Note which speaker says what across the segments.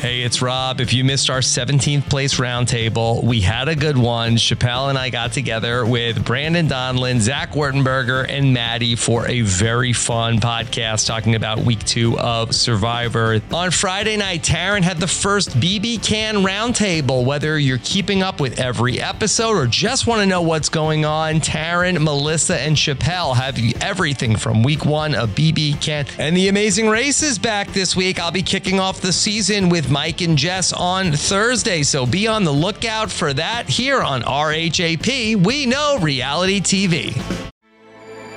Speaker 1: Hey, it's Rob. If you missed our 17th place roundtable, we had a good one. Chappelle and I got together with Brandon Donlin, Zach Wurtenberger, and Maddie for a very fun podcast talking about week two of Survivor. On Friday night, Taryn had the first BB Can roundtable. Whether you're keeping up with every episode or just want to know what's going on, Taryn, Melissa, and Chappelle have you everything from week one of BB Can. And the amazing race is back this week. I'll be kicking off the season with Mike and Jess on Thursday. So be on the lookout for that here on RHAP. We know reality TV.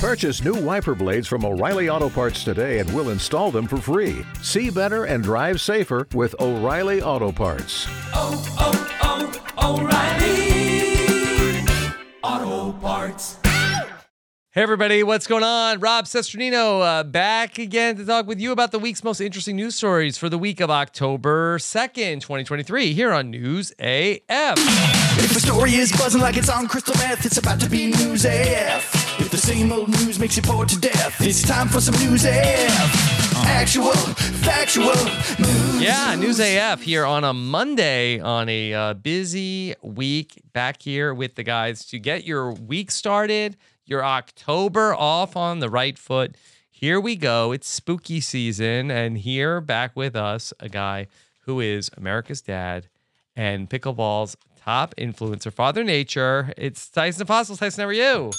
Speaker 2: Purchase new wiper blades from O'Reilly Auto Parts today and we'll install them for free. See better and drive safer with O'Reilly Auto Parts.
Speaker 3: oh, oh, O'Reilly Auto Parts.
Speaker 1: Hey, everybody, what's going on? Rob Sesternino uh, back again to talk with you about the week's most interesting news stories for the week of October 2nd, 2023, here on News AF.
Speaker 4: If a story is buzzing like it's on crystal meth, it's about to be news AF. If the same old news makes you bored to death, it's time for some news AF. Actual, factual news.
Speaker 1: Yeah, News AF here on a Monday on a uh, busy week. Back here with the guys to get your week started, your October off on the right foot. Here we go. It's spooky season. And here back with us, a guy who is America's dad and pickleball's top influencer, Father Nature. It's Tyson Apostles. Tyson, how are you?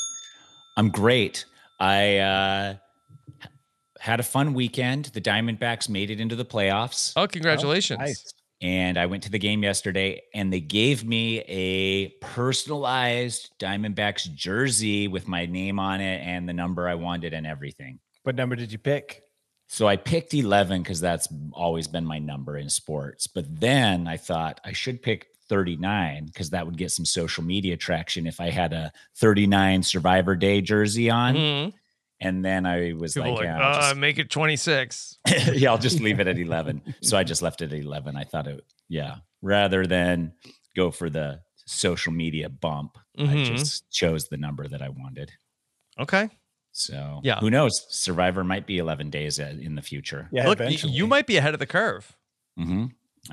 Speaker 5: I'm great. I uh, had a fun weekend. The Diamondbacks made it into the playoffs,
Speaker 1: Oh, congratulations.
Speaker 5: and I went to the game yesterday, and they gave me a personalized Diamondbacks jersey with my name on it and the number I wanted and everything.
Speaker 6: What number did you pick?
Speaker 5: So I picked 11 because that's always been my number in sports. But then I thought I should pick 39 because that would get some social media traction if I had a 39 Survivor Day jersey
Speaker 6: Mm-hmm.
Speaker 5: on.
Speaker 1: Mhm.
Speaker 5: And then I was
Speaker 1: People
Speaker 5: like,
Speaker 1: are like,
Speaker 5: yeah, I'll
Speaker 1: "Uh, make it 26.
Speaker 5: just- yeah, I'll just leave it at 11. so I just left it at 11. I thought it, yeah, rather than go for the social media bump, I
Speaker 1: Mhm.
Speaker 5: just chose the number that I wanted.
Speaker 1: Okay.
Speaker 5: So
Speaker 1: Yeah.
Speaker 5: who knows? Survivor might be 11 days uh, in the future.
Speaker 6: Yeah,
Speaker 1: Look, y- you might be ahead of the curve.
Speaker 5: Mm-hmm.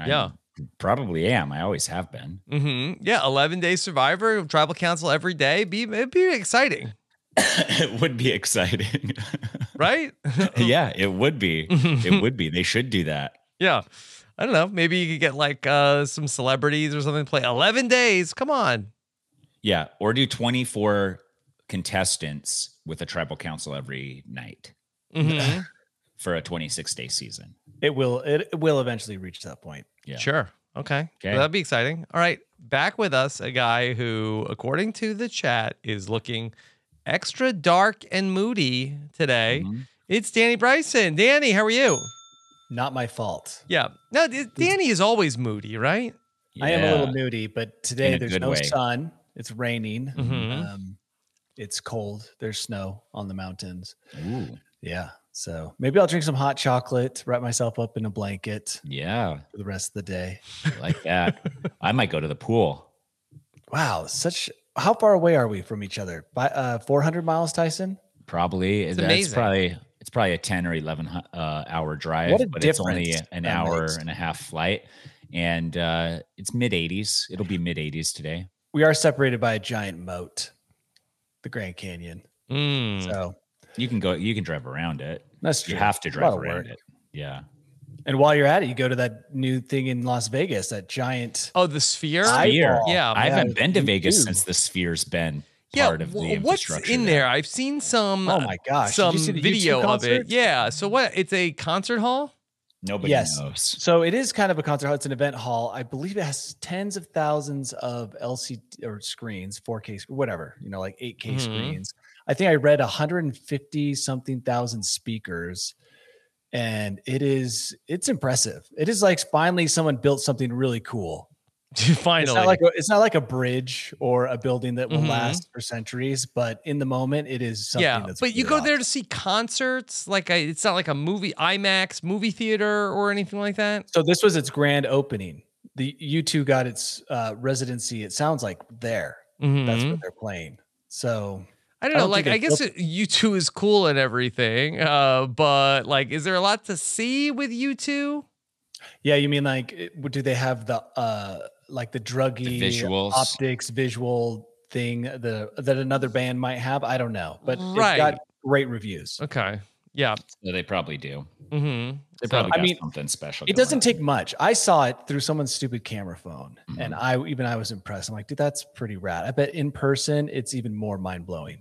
Speaker 1: Yeah.
Speaker 5: Probably am. I always have been.
Speaker 1: hmm Yeah, eleven day survivor, tribal council every day. Be it'd be exciting,
Speaker 5: it would be exciting.
Speaker 1: right?
Speaker 5: yeah, it would be.
Speaker 1: Mm-hmm.
Speaker 5: It would be. They should do that.
Speaker 1: yeah. I don't know. Maybe you could get like uh some celebrities or something to play eleven days. Come on.
Speaker 5: Yeah. Or do 24 contestants with a tribal council every night
Speaker 1: Mhm.
Speaker 5: for a 26 day season.
Speaker 6: It will. It it will eventually reach that point.
Speaker 5: Yeah.
Speaker 1: Sure. Okay.
Speaker 5: Okay.
Speaker 1: Well, that'd be exciting. All right. Back with us, a guy who, according to the chat, is looking extra dark and moody today.
Speaker 5: Mhm.
Speaker 1: It's Danny Bryson. Danny, how are you?
Speaker 6: Not my fault.
Speaker 1: Yeah. No, d- Danny is always moody, right?
Speaker 6: I am a little
Speaker 5: Yeah.
Speaker 6: moody, but today
Speaker 5: a
Speaker 6: there's
Speaker 5: good
Speaker 6: no
Speaker 5: way. Mm-hmm.
Speaker 6: sun. It's raining.
Speaker 1: Mhm.
Speaker 6: Um, it's cold. There's snow on the mountains.
Speaker 5: Ooh,
Speaker 6: Yeah. So maybe I'll drink some hot chocolate, wrap myself up in a blanket
Speaker 5: yeah.
Speaker 6: for the rest of the day.
Speaker 5: I like that. I might go to the pool.
Speaker 6: Wow. Such. How far away are we from each other? By uh, 400 miles, Tyson.
Speaker 5: Probably. That's
Speaker 1: amazing.
Speaker 5: probably. It's probably a 10 or 11 hu- uh, hour drive,
Speaker 6: What a
Speaker 5: but it's only
Speaker 6: difference
Speaker 5: an
Speaker 6: that
Speaker 5: hour
Speaker 6: makes.
Speaker 5: and a half flight. And uh, it's mid 80s. It'll be mid 80s today.
Speaker 6: We are separated by a giant moat, the Grand Canyon.
Speaker 1: Mm.
Speaker 6: So
Speaker 5: You can go. You can drive around it.
Speaker 6: that's true.
Speaker 5: Hmm. You have to
Speaker 6: It's a
Speaker 5: drive
Speaker 6: lot of
Speaker 5: around
Speaker 6: work.
Speaker 5: it. Yeah.
Speaker 6: And while you're at it, you go to that new thing in Las Vegas, that giant.
Speaker 1: Oh, the sphere.
Speaker 5: Sphere.
Speaker 1: Yeah.
Speaker 5: I haven't been to
Speaker 6: you
Speaker 5: Vegas
Speaker 6: do.
Speaker 5: since the sphere's been
Speaker 1: yeah,
Speaker 5: part of the
Speaker 1: wh-
Speaker 5: infrastructure.
Speaker 1: what's in there? I've seen some.
Speaker 6: Oh
Speaker 1: uh,
Speaker 6: my gosh! did
Speaker 1: Some
Speaker 6: you see the YouTube
Speaker 1: video of it.
Speaker 6: concert?
Speaker 1: Yeah. So what? It's a concert hall.
Speaker 5: Nobody
Speaker 6: Yes.
Speaker 5: knows.
Speaker 6: So it is kind of a concert hall. It's an event hall. I believe it has tens of thousands of LCD or screens, 4K, sc- whatever. You know, like 8K
Speaker 1: Mhm.
Speaker 6: screens. I think I read 150 something thousand speakers and it is it's impressive. It is like finally someone built something really cool. It's
Speaker 1: Finally,
Speaker 6: not like a, it's not like a bridge or a building that will
Speaker 1: Mhm.
Speaker 6: last for centuries, but in the moment, it is something.
Speaker 1: yeah.
Speaker 6: that's
Speaker 1: But you go
Speaker 6: really
Speaker 1: there
Speaker 6: awesome.
Speaker 1: to see concerts. Like I, it's not like a movie IMAX movie theater or anything like that.
Speaker 6: So this was its grand opening. The U two got its uh, residency. It sounds like there. That's
Speaker 1: Mhm.
Speaker 6: what they're playing. So
Speaker 1: I don't
Speaker 6: Mm-hmm. I
Speaker 1: know.
Speaker 6: don't
Speaker 1: like,
Speaker 6: think
Speaker 1: I
Speaker 6: they
Speaker 1: guess
Speaker 6: built-
Speaker 1: U two is cool and everything, uh, but like, is there a lot to see with U two?
Speaker 6: yeah, you mean like it- do they have the uh like the druggy
Speaker 5: visuals.
Speaker 6: optics visual thing the that another band might have? I don't know, but it
Speaker 1: Right.
Speaker 6: got great reviews.
Speaker 1: Okay, yeah.
Speaker 5: So they probably do.
Speaker 1: Mm-hmm.
Speaker 5: They probably
Speaker 6: I
Speaker 5: got
Speaker 6: mean,
Speaker 5: something special.
Speaker 6: It
Speaker 5: going
Speaker 6: doesn't
Speaker 5: on.
Speaker 6: take much. I saw it through someone's stupid camera phone,
Speaker 1: Mm-hmm.
Speaker 6: and I even I was impressed. I'm like, dude, that's pretty rad. I bet in person it's even more mind blowing.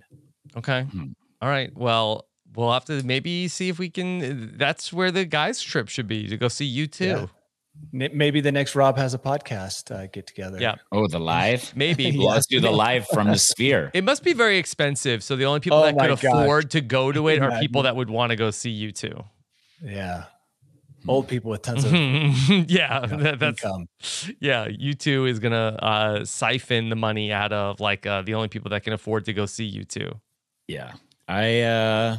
Speaker 1: Okay.
Speaker 6: Mm-hmm.
Speaker 5: Hmm.
Speaker 1: All right. Well, we'll have to maybe see if we can. uh, That's where the guys' trip should be to go see you too.
Speaker 6: Yeah. Maybe the next Rob has a podcast uh, get together.
Speaker 1: Yeah.
Speaker 5: Oh, the live.
Speaker 1: Maybe.
Speaker 5: Well, let's do the live from the sphere.
Speaker 1: It must be very expensive. So the only people
Speaker 6: Oh
Speaker 1: that could
Speaker 6: my gosh.
Speaker 1: afford to go to it are
Speaker 6: Yeah.
Speaker 1: people that would want to go see you too.
Speaker 6: yeah. Old people with tons of
Speaker 1: yeah, Hmm. Mm-hmm. that- that's
Speaker 6: income.
Speaker 1: yeah. You two is gonna uh, siphon the money out of like uh, the only people that can afford to go see you two.
Speaker 5: Yeah. I uh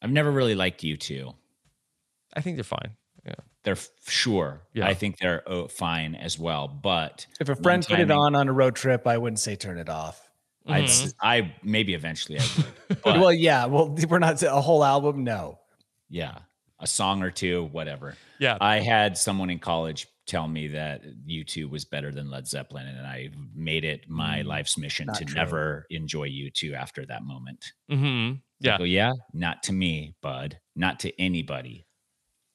Speaker 5: I've never really liked you two.
Speaker 1: I think they're fine. Yeah.
Speaker 5: They're f- sure.
Speaker 1: Yeah.
Speaker 5: I think they're oh, fine as well, but
Speaker 6: If a friend put it
Speaker 5: timing.
Speaker 6: on on a road trip, I wouldn't say turn it off.
Speaker 5: I'd
Speaker 1: Mm-hmm.
Speaker 5: s- I maybe eventually I would. But
Speaker 6: well, yeah. Well, we're not a whole album. No.
Speaker 5: yeah, a song or two, whatever.
Speaker 1: Yeah.
Speaker 5: I had someone in college tell me that U2 was better than Led Zeppelin, and I made it my life's mission
Speaker 6: Mm, Not
Speaker 5: to
Speaker 6: true.
Speaker 5: never enjoy U2 after that moment.
Speaker 1: Mm-hmm. Yeah.
Speaker 5: I go, yeah, not to me, bud, not to anybody.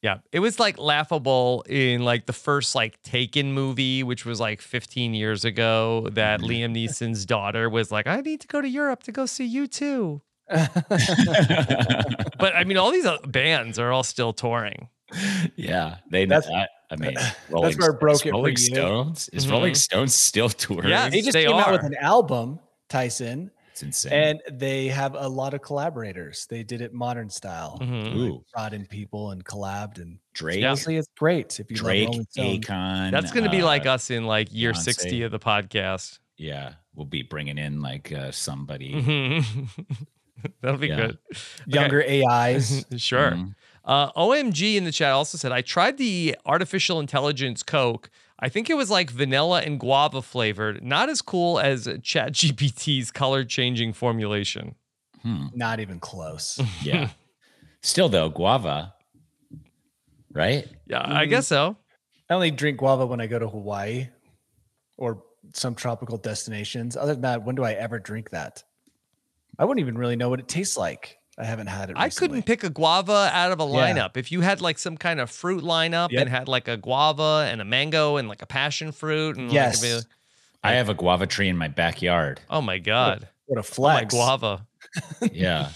Speaker 1: Yeah, it was like laughable in like the first like Taken movie, which was like 15 years ago. That
Speaker 5: Mm-hmm.
Speaker 1: Liam Neeson's daughter was like, "I need to go to Europe to go see you too." But I mean, all these uh, bands are all still touring.
Speaker 5: yeah, they.
Speaker 6: That's-
Speaker 5: I, I mean,
Speaker 6: where
Speaker 5: Rolling,
Speaker 6: it
Speaker 5: Stones-
Speaker 6: broke it for
Speaker 5: Rolling
Speaker 6: you. Mm-hmm.
Speaker 5: Stones is Rolling
Speaker 1: Mhm.
Speaker 5: Stones still touring?
Speaker 1: Yeah.
Speaker 6: They just
Speaker 1: They
Speaker 6: came out with
Speaker 1: are.
Speaker 6: an album, Tyson,
Speaker 5: it's insane.
Speaker 6: and they have a lot of collaborators. They did it modern style.
Speaker 1: Mhm.
Speaker 5: Ooh,
Speaker 6: brought in people and collabed and
Speaker 5: Drake,
Speaker 1: Yeah.
Speaker 6: honestly it's great if you
Speaker 5: Drake,
Speaker 6: love Rolling Stone.
Speaker 5: Akon.
Speaker 1: That's going to be
Speaker 5: uh,
Speaker 1: like us in like year
Speaker 5: Beyonce.
Speaker 1: 60 of the podcast.
Speaker 5: yeah, we'll be bringing in like uh, somebody.
Speaker 6: Mm-hmm.
Speaker 1: Mhm. That'll be
Speaker 5: Yeah.
Speaker 1: good.
Speaker 6: younger AIs.
Speaker 1: Sure.
Speaker 6: Mm-hmm.
Speaker 5: Mhm.
Speaker 1: Uh, OMG in the chat also said, I tried the artificial intelligence Coke. I think it was like vanilla and guava flavored, not as cool as ChatGPT's color changing formulation.
Speaker 5: Hmm.
Speaker 1: Mm-hmm.
Speaker 6: Not even close.
Speaker 5: Yeah. Still though, guava, right?
Speaker 1: Yeah, I
Speaker 6: Mm.
Speaker 1: guess so.
Speaker 6: I only drink guava when I go to Hawaii or some tropical destinations. Other than that, when do I ever drink that? I wouldn't even really know what it tastes like. I haven't had it.
Speaker 1: I
Speaker 6: recently.
Speaker 1: couldn't pick a guava out of a
Speaker 6: Yeah.
Speaker 1: lineup. If you had like some kind of fruit lineup
Speaker 6: Yep.
Speaker 1: and had like a guava and a mango and like a passion fruit and
Speaker 6: Yes.
Speaker 1: like a,
Speaker 5: I have a guava tree in my backyard.
Speaker 1: oh my god,
Speaker 6: What a
Speaker 1: oh my
Speaker 6: flex!
Speaker 1: guava.
Speaker 5: Yeah.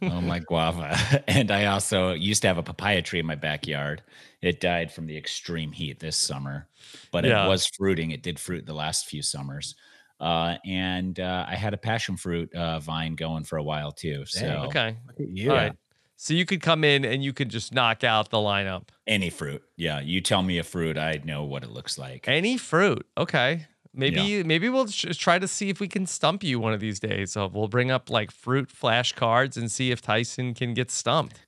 Speaker 5: oh my guava. And I also used to have a papaya tree in my backyard. It died from the extreme heat this summer, but
Speaker 1: Yeah.
Speaker 5: it was fruiting. It did fruit the last few summers. Uh, and uh, I had a passion fruit uh, vine going for a while too. So
Speaker 6: Dang,
Speaker 1: Okay,
Speaker 6: Look at you.
Speaker 1: all right. So you could come in and you could just knock out the lineup.
Speaker 5: any fruit. Yeah. You tell me a fruit, I know what it looks like.
Speaker 1: Any fruit. Okay. Maybe maybe we'll sh- try to see if we can stump you one of these days. So we'll bring up like fruit flashcards and see if Tyson can get stumped.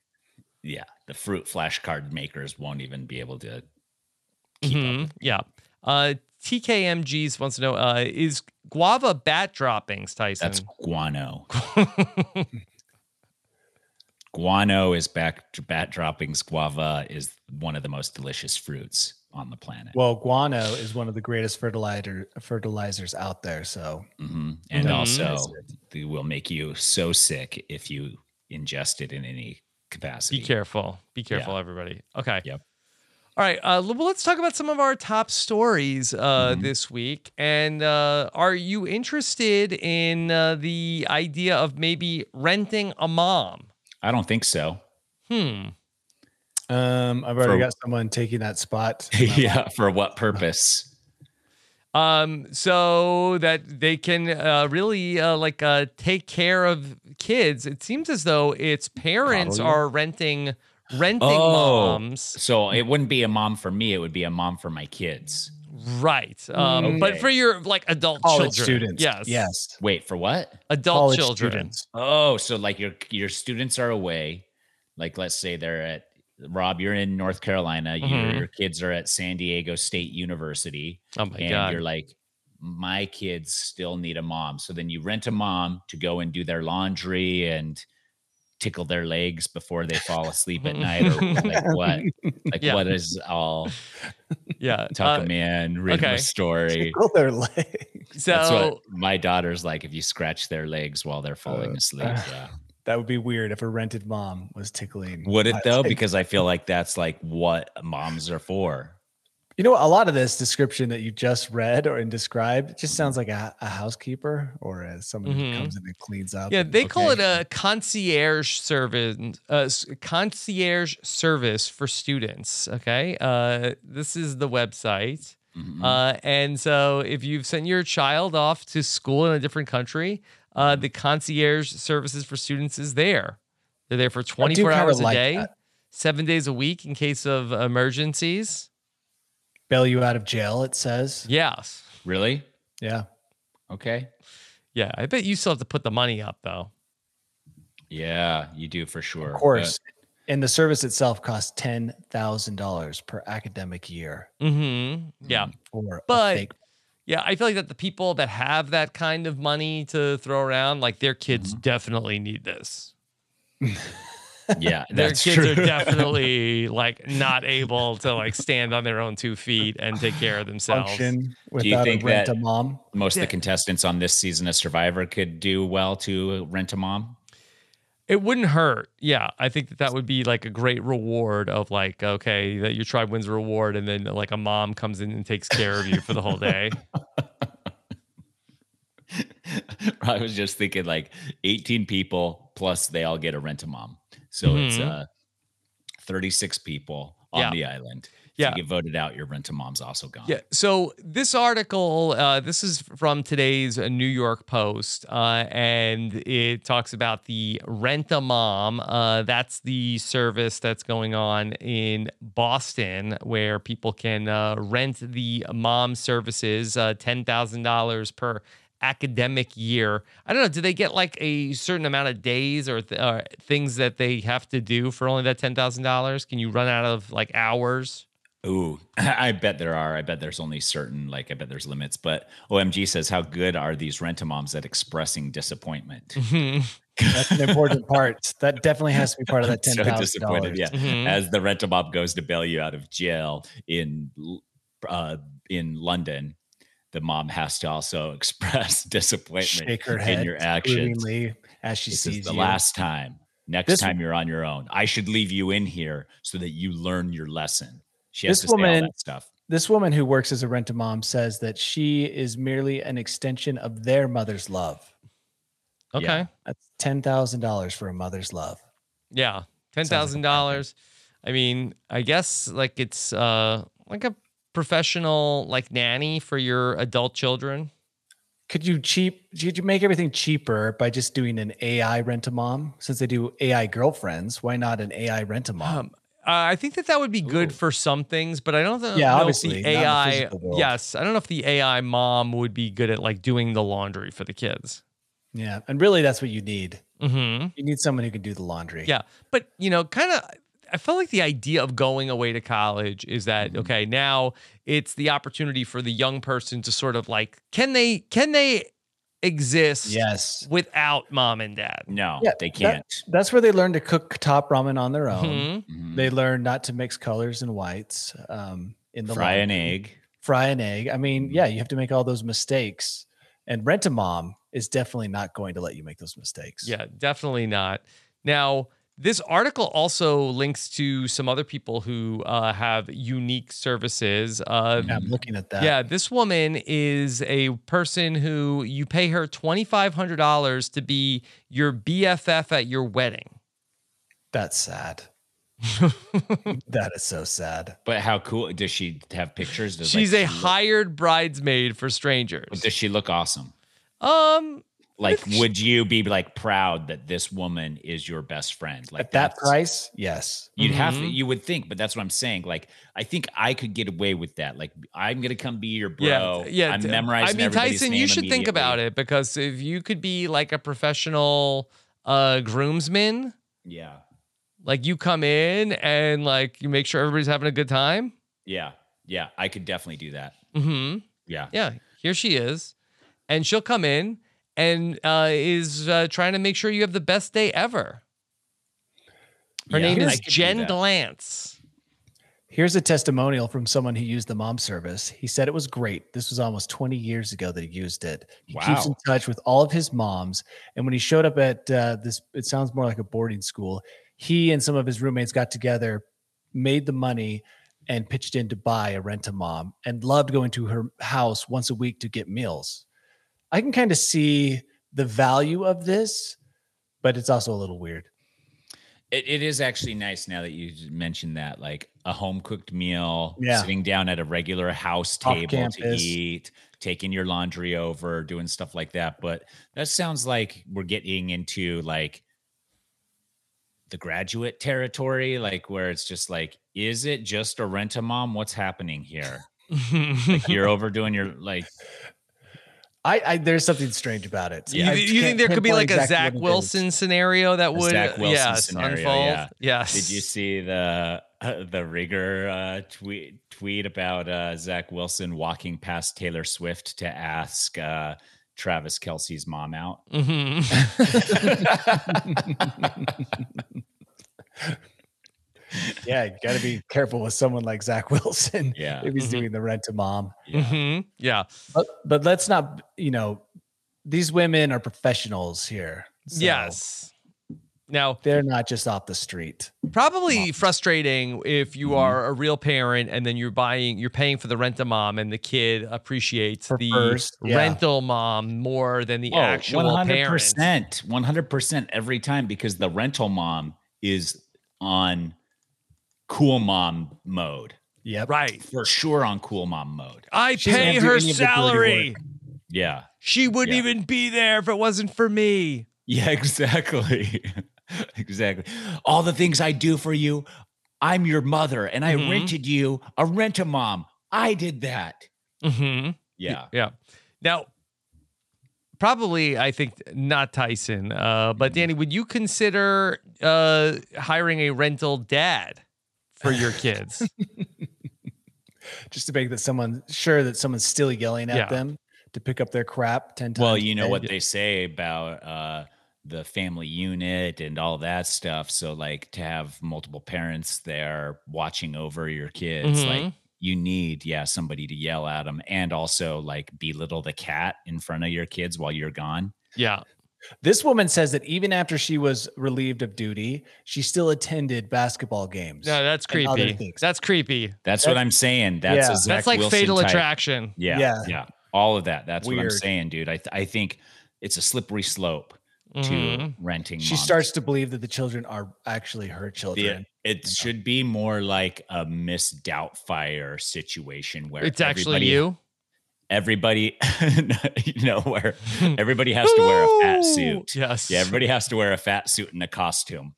Speaker 5: yeah. The fruit flashcard makers won't even be able to
Speaker 1: Mhm, Yeah. Uh, TKMGs wants to know uh, is guava bat droppings, Tyson?
Speaker 5: That's guano. guano is back bat droppings. Guava is one of the most delicious fruits on the planet.
Speaker 6: Well, guano is one of the greatest fertilizer fertilizers out there. So
Speaker 5: Mhm. And
Speaker 1: Mhm.
Speaker 5: also, they will make you so sick if you ingest it in any capacity.
Speaker 1: Be careful. Be careful,
Speaker 5: Yeah.
Speaker 1: everybody. Okay.
Speaker 5: Yep.
Speaker 1: All right. Uh, l- well, let's talk about some of our top stories uh,
Speaker 5: Mm-hmm.
Speaker 1: this week. And uh, are you interested in uh, the idea of maybe renting a mom?
Speaker 5: I don't think so.
Speaker 1: Hmm.
Speaker 6: um, I've already
Speaker 5: For-
Speaker 6: got someone taking that spot.
Speaker 5: yeah. For what purpose?
Speaker 1: Um, so that they can uh, really uh, like uh, take care of kids. It seems as though its parents
Speaker 5: Coddle you?
Speaker 1: are renting renting
Speaker 5: Oh.
Speaker 1: moms.
Speaker 5: So it wouldn't be a mom for me. It would be a mom for my kids.
Speaker 1: Right. Um, But
Speaker 5: Okay.
Speaker 1: for your like adult
Speaker 6: College
Speaker 1: children.
Speaker 6: students.
Speaker 1: Yes.
Speaker 6: Yes.
Speaker 5: Wait for what?
Speaker 1: Adult
Speaker 6: College
Speaker 1: children.
Speaker 6: students.
Speaker 5: Oh, so like your your students are away. Like let's say they're at Rob, you're in North Carolina. Your,
Speaker 1: Mhm.
Speaker 5: your kids are at San Diego State University,
Speaker 1: Oh my
Speaker 5: and
Speaker 1: God.
Speaker 5: you're like, my kids still need a mom. So then you rent a mom to go and do their laundry and tickle their legs before they fall asleep at night, or like what? Like
Speaker 1: Yeah.
Speaker 5: what is all
Speaker 1: Yeah. uh,
Speaker 5: tuck them in, read 'em
Speaker 1: okay.
Speaker 5: a story.
Speaker 6: Oh, their leg.
Speaker 5: That's
Speaker 1: so
Speaker 5: what my daughter's like. If you scratch their legs while they're falling
Speaker 6: Uh,
Speaker 5: asleep,
Speaker 6: uh,
Speaker 5: yeah.
Speaker 6: That would be weird if a rented mom was tickling.
Speaker 5: Would it
Speaker 6: my
Speaker 5: though?
Speaker 6: leg.
Speaker 5: Because I feel like that's like what moms are for.
Speaker 6: you know, a lot of this description that you just read or and described it just sounds like a, a housekeeper or as someone
Speaker 1: Mhm.
Speaker 6: who comes in
Speaker 5: Mm-hmm.
Speaker 6: and cleans up.
Speaker 1: yeah,
Speaker 6: and-
Speaker 1: they call it a concierge service, uh, s- concierge service for students. Okay, uh, this is the website.
Speaker 5: Mhm.
Speaker 6: Mm-hmm.
Speaker 1: Uh, and so, if you've sent your child off to school in a different country,
Speaker 6: Mm-hmm.
Speaker 1: uh, the concierge services for students is there. They're there for 24
Speaker 6: kinda
Speaker 1: hours a
Speaker 6: like
Speaker 1: day,
Speaker 6: that.
Speaker 1: seven days a week in case of emergencies.
Speaker 6: bail you out of jail. It says,
Speaker 1: Yes.
Speaker 5: really?
Speaker 6: yeah,
Speaker 5: Okay.
Speaker 1: Yeah. I bet you still have to put the money up, though.
Speaker 5: Yeah, you do for sure.
Speaker 6: of course. and the service itself costs ten thousand dollars per academic year
Speaker 1: Mm-hmm. Yeah.
Speaker 6: for
Speaker 1: But-
Speaker 6: a fake
Speaker 1: Yeah. I feel like that the people that have that kind of money to throw around, like their kids
Speaker 6: Mm-hmm.
Speaker 1: definitely need this.
Speaker 5: But yeah,
Speaker 1: Their
Speaker 5: that's
Speaker 1: kids
Speaker 5: true.
Speaker 1: are definitely like not able to like stand on their own two feet and take care of themselves.
Speaker 6: function
Speaker 5: you
Speaker 6: without a
Speaker 5: think
Speaker 6: rent
Speaker 5: that-
Speaker 6: a mom.
Speaker 5: Most of the contestants on this season of Survivor could do well to rent a mom.
Speaker 1: It wouldn't hurt. Yeah. I think that that would be like a great reward of like, okay, that your tribe wins a reward. And then like a mom comes in and takes care of you for the whole day.
Speaker 5: I was just thinking like 18 people plus they all get a rent a mom. So it's
Speaker 1: Mhm.
Speaker 5: uh 36 people on
Speaker 1: Yeah.
Speaker 5: the island. If
Speaker 1: Yeah.
Speaker 5: you get voted out, your rent a mom's also gone.
Speaker 1: Yeah. So this article, uh, this is from today's uh, New York Post, uh, and it talks about the Rent a Mom. Uh, that's the service that's going on in Boston where people can uh, rent the mom services, uh, $10,000 per academic year. I don't know. Do they get like a certain amount of days or th- uh, things that they have to do for only that $10,000? Can you run out of like hours?
Speaker 5: Ooh, I bet there are. I bet there's only certain, like, I bet there's limits. But OMG says, how good are these rent a moms at expressing disappointment?
Speaker 6: Mm-hmm.
Speaker 1: Mm-hmm.
Speaker 6: That's an important part. That definitely has to be part of that ten
Speaker 5: So
Speaker 6: thousand
Speaker 5: disappointed,
Speaker 6: dollars.
Speaker 5: yeah.
Speaker 1: Mhm.
Speaker 5: As the rent a mom goes to bail you out of jail in L- uh, in London, the mom has to also express disappointment
Speaker 6: Shake her head
Speaker 5: in your actions.
Speaker 6: approvingly as she
Speaker 5: This
Speaker 6: sees
Speaker 5: is the
Speaker 6: you.
Speaker 5: last time. Next
Speaker 6: This-
Speaker 5: time you're on your own, I should leave you in here so that you learn your lesson. She has
Speaker 6: This
Speaker 5: to say all
Speaker 6: woman-
Speaker 5: that stuff.
Speaker 6: This woman who works as a rent a mom says that she is merely an extension of their mother's love.
Speaker 1: Okay.
Speaker 5: Yeah.
Speaker 6: That's ten thousand dollars for a mother's love.
Speaker 1: Yeah, ten
Speaker 6: Sounds like a
Speaker 1: thousand dollars. I mean, I guess like it's uh like a professional like nanny for your adult children.
Speaker 6: Could you cheap? Could you make everything cheaper by just doing an AI rent a mom? Since they do AI girlfriends, why not an AI rent a mom?
Speaker 1: Um, uh, I think that that would be good for some things, but I don't th-
Speaker 6: Yeah,
Speaker 1: know if
Speaker 6: obviously, not
Speaker 1: the
Speaker 6: in the
Speaker 1: AI.
Speaker 6: physical world.
Speaker 1: yes, I don't know if the AI mom would be good at like doing the laundry for the kids.
Speaker 6: yeah, and really, that's what you need.
Speaker 1: hmm
Speaker 6: You need someone who can do the laundry.
Speaker 1: Yeah, but you know, kind of. I felt like the idea of going away to college is that
Speaker 6: Mm-hmm.
Speaker 1: okay? Now it's the opportunity for the young person to sort of like, can they can they exist?
Speaker 6: Yes.
Speaker 1: without mom and dad.
Speaker 5: No,
Speaker 6: Yeah,
Speaker 5: they
Speaker 6: that-
Speaker 5: can't.
Speaker 6: That's where they learn to cook top ramen on their own.
Speaker 1: Mhm.
Speaker 5: Mhm.
Speaker 6: They learn not to mix colors and whites um, in the
Speaker 5: Fry an
Speaker 6: laundry.
Speaker 5: egg.
Speaker 6: Fry an egg. I mean, yeah, you have to make all those mistakes. And rent a mom is definitely not going to let you make those mistakes.
Speaker 1: Yeah, definitely not. Now, this article also links to some other people who uh, have unique services. Uh,
Speaker 6: Yeah, I'm looking at that.
Speaker 1: Yeah, this woman is a person who you pay her $2,500 to be your BFF at your wedding.
Speaker 6: That's sad. that is so sad.
Speaker 5: But how cool does she have pictures? Does,
Speaker 1: She's
Speaker 5: like,
Speaker 1: a
Speaker 5: she look-
Speaker 1: hired bridesmaid for strangers.
Speaker 5: does she look awesome?
Speaker 1: Um,
Speaker 5: Like, would you be like proud that this woman is your best friend? Like
Speaker 6: At that
Speaker 5: that's-
Speaker 6: price, yes.
Speaker 5: You'd have to,
Speaker 1: Mhm.
Speaker 5: you would think, but that's what I'm saying. Like, I think I could get away with that. Like, I'm gonna come be your bro.
Speaker 1: yeah.
Speaker 5: I'm
Speaker 1: t-
Speaker 5: memorizing.
Speaker 1: I mean,
Speaker 5: everybody's
Speaker 1: Tyson, you
Speaker 5: name
Speaker 1: should think
Speaker 5: immediately.
Speaker 1: about it because if you could be like a professional uh, groomsman,
Speaker 5: Yeah,
Speaker 1: like you come in and like you make sure everybody's having a good time.
Speaker 5: yeah, yeah. I could definitely do that.
Speaker 1: hmm
Speaker 5: Yeah,
Speaker 1: Yeah, here she is, and she'll come in and uh, is uh, trying to make sure you have the best day ever. Her
Speaker 5: Yeah,
Speaker 1: name
Speaker 5: I
Speaker 1: is
Speaker 5: could do
Speaker 1: Jen
Speaker 5: that.
Speaker 1: Glantz.
Speaker 6: Here's a testimonial from someone who used the mom service. He said it was great. This was almost 20 years ago that he used it. He keeps in
Speaker 5: Wow.
Speaker 6: touch with all of his moms. And when he showed up at uh, this, it sounds more like a boarding school, he and some of his roommates got together, made the money, and pitched in to buy a rent a mom and loved going to her house once a week to get meals. I can kind of see the value of this, but it's also a little weird.
Speaker 5: It, it is actually nice now that you just mentioned that, like a home cooked meal,
Speaker 6: Yeah.
Speaker 5: sitting down at a regular house
Speaker 6: Off
Speaker 5: table to
Speaker 6: campus.
Speaker 5: eat, taking your laundry over, doing stuff like that. But that sounds like we're getting into like the graduate territory, like where it's just like, is it just a rent a mom? What's happening here? Like you're overdoing your like,
Speaker 6: I, I there's something strange about it.
Speaker 1: You,
Speaker 6: I
Speaker 1: th- you
Speaker 6: can't
Speaker 1: think there could be
Speaker 6: pinpoint
Speaker 1: like a Zach
Speaker 6: exactly what it is.
Speaker 1: Wilson scenario that would
Speaker 5: Zach Wilson
Speaker 1: yes,
Speaker 5: scenario,
Speaker 1: unfold?
Speaker 5: yeah.
Speaker 1: Yes.
Speaker 5: Did you see the the rigor uh, tweet tweet about uh, Zach Wilson walking past Taylor Swift to ask uh, Travis Kelsey's mom out?
Speaker 1: Mhm.
Speaker 6: Yeah, you got to be careful with someone like Zach Wilson
Speaker 5: Yeah. Mm-hmm.
Speaker 6: if he's
Speaker 1: Mhm.
Speaker 6: doing the rent to mom.
Speaker 5: Yeah.
Speaker 1: Mhm. Yeah.
Speaker 6: But, but let's not, you know, these women are professionals here. so
Speaker 1: Yes. Now,
Speaker 6: They're not just off the street.
Speaker 1: probably frustrating if
Speaker 6: Mm-hmm.
Speaker 1: you are a real parent and then you're buying, you're paying for the rent a mom, and the kid appreciates
Speaker 6: Prefers,
Speaker 1: the
Speaker 6: yeah.
Speaker 1: rental mom more than the
Speaker 5: Oh,
Speaker 1: actual parent.
Speaker 5: 100%, 100% every time because the rental mom is on cool mom mode.
Speaker 6: Yep.
Speaker 1: Right.
Speaker 5: For sure on cool mom mode.
Speaker 1: I
Speaker 6: She doesn't
Speaker 1: pay
Speaker 6: have to do
Speaker 1: her
Speaker 6: any of the dirty
Speaker 1: salary.
Speaker 6: work.
Speaker 5: Yeah.
Speaker 1: She wouldn't
Speaker 5: Yeah.
Speaker 1: even be there if it wasn't for me.
Speaker 5: Yeah, exactly. exactly. All the things I do for you, I'm your mother and I
Speaker 1: Mhm.
Speaker 5: rented you a rent a mom. I did that.
Speaker 1: Mm-hmm.
Speaker 5: Yeah.
Speaker 1: Yeah. Now, probably, I think not Tyson, uh, but
Speaker 5: Mm-hmm.
Speaker 1: Danny, would you consider uh, hiring a rental dad for your kids?
Speaker 6: Just to make that someone sure that someone's still yelling at
Speaker 1: Yeah.
Speaker 6: them to pick up their crap 10 times.
Speaker 5: Well,
Speaker 6: a
Speaker 5: you know
Speaker 6: day.
Speaker 5: what they say about uh the family unit and all that stuff. So like to have multiple parents there watching over your kids, like you need, yeah, somebody to yell at them and also like belittle the cat in front of your kids while you're gone.
Speaker 1: yeah.
Speaker 6: This woman says that even after she was relieved of duty, she still attended basketball games.
Speaker 1: No, that's
Speaker 6: and other
Speaker 1: creepy.
Speaker 6: things.
Speaker 1: That's creepy.
Speaker 5: That's, what I'm saying. That's
Speaker 6: Yeah.
Speaker 5: a
Speaker 6: That's
Speaker 5: Zach
Speaker 1: that's like
Speaker 5: Wilson
Speaker 1: fatal
Speaker 5: type.
Speaker 1: attraction.
Speaker 5: Yeah, yeah,
Speaker 6: Yeah.
Speaker 5: All of that. That's what I'm
Speaker 6: Weird.
Speaker 5: saying, dude. I th- I think it's a slippery slope
Speaker 1: Mhm.
Speaker 5: to renting.
Speaker 6: Mm-hmm. she
Speaker 5: moms.
Speaker 6: starts to believe that the children are actually her
Speaker 5: The,
Speaker 6: children.
Speaker 5: it should be more like a Miss Doubtfire situation where
Speaker 1: It's actually
Speaker 5: everybody-
Speaker 1: you.
Speaker 5: Everybody, you know, where everybody has to wear a fat
Speaker 1: Hello!
Speaker 5: suit.
Speaker 1: Yes.
Speaker 5: Yeah, everybody has to wear a fat suit and a costume,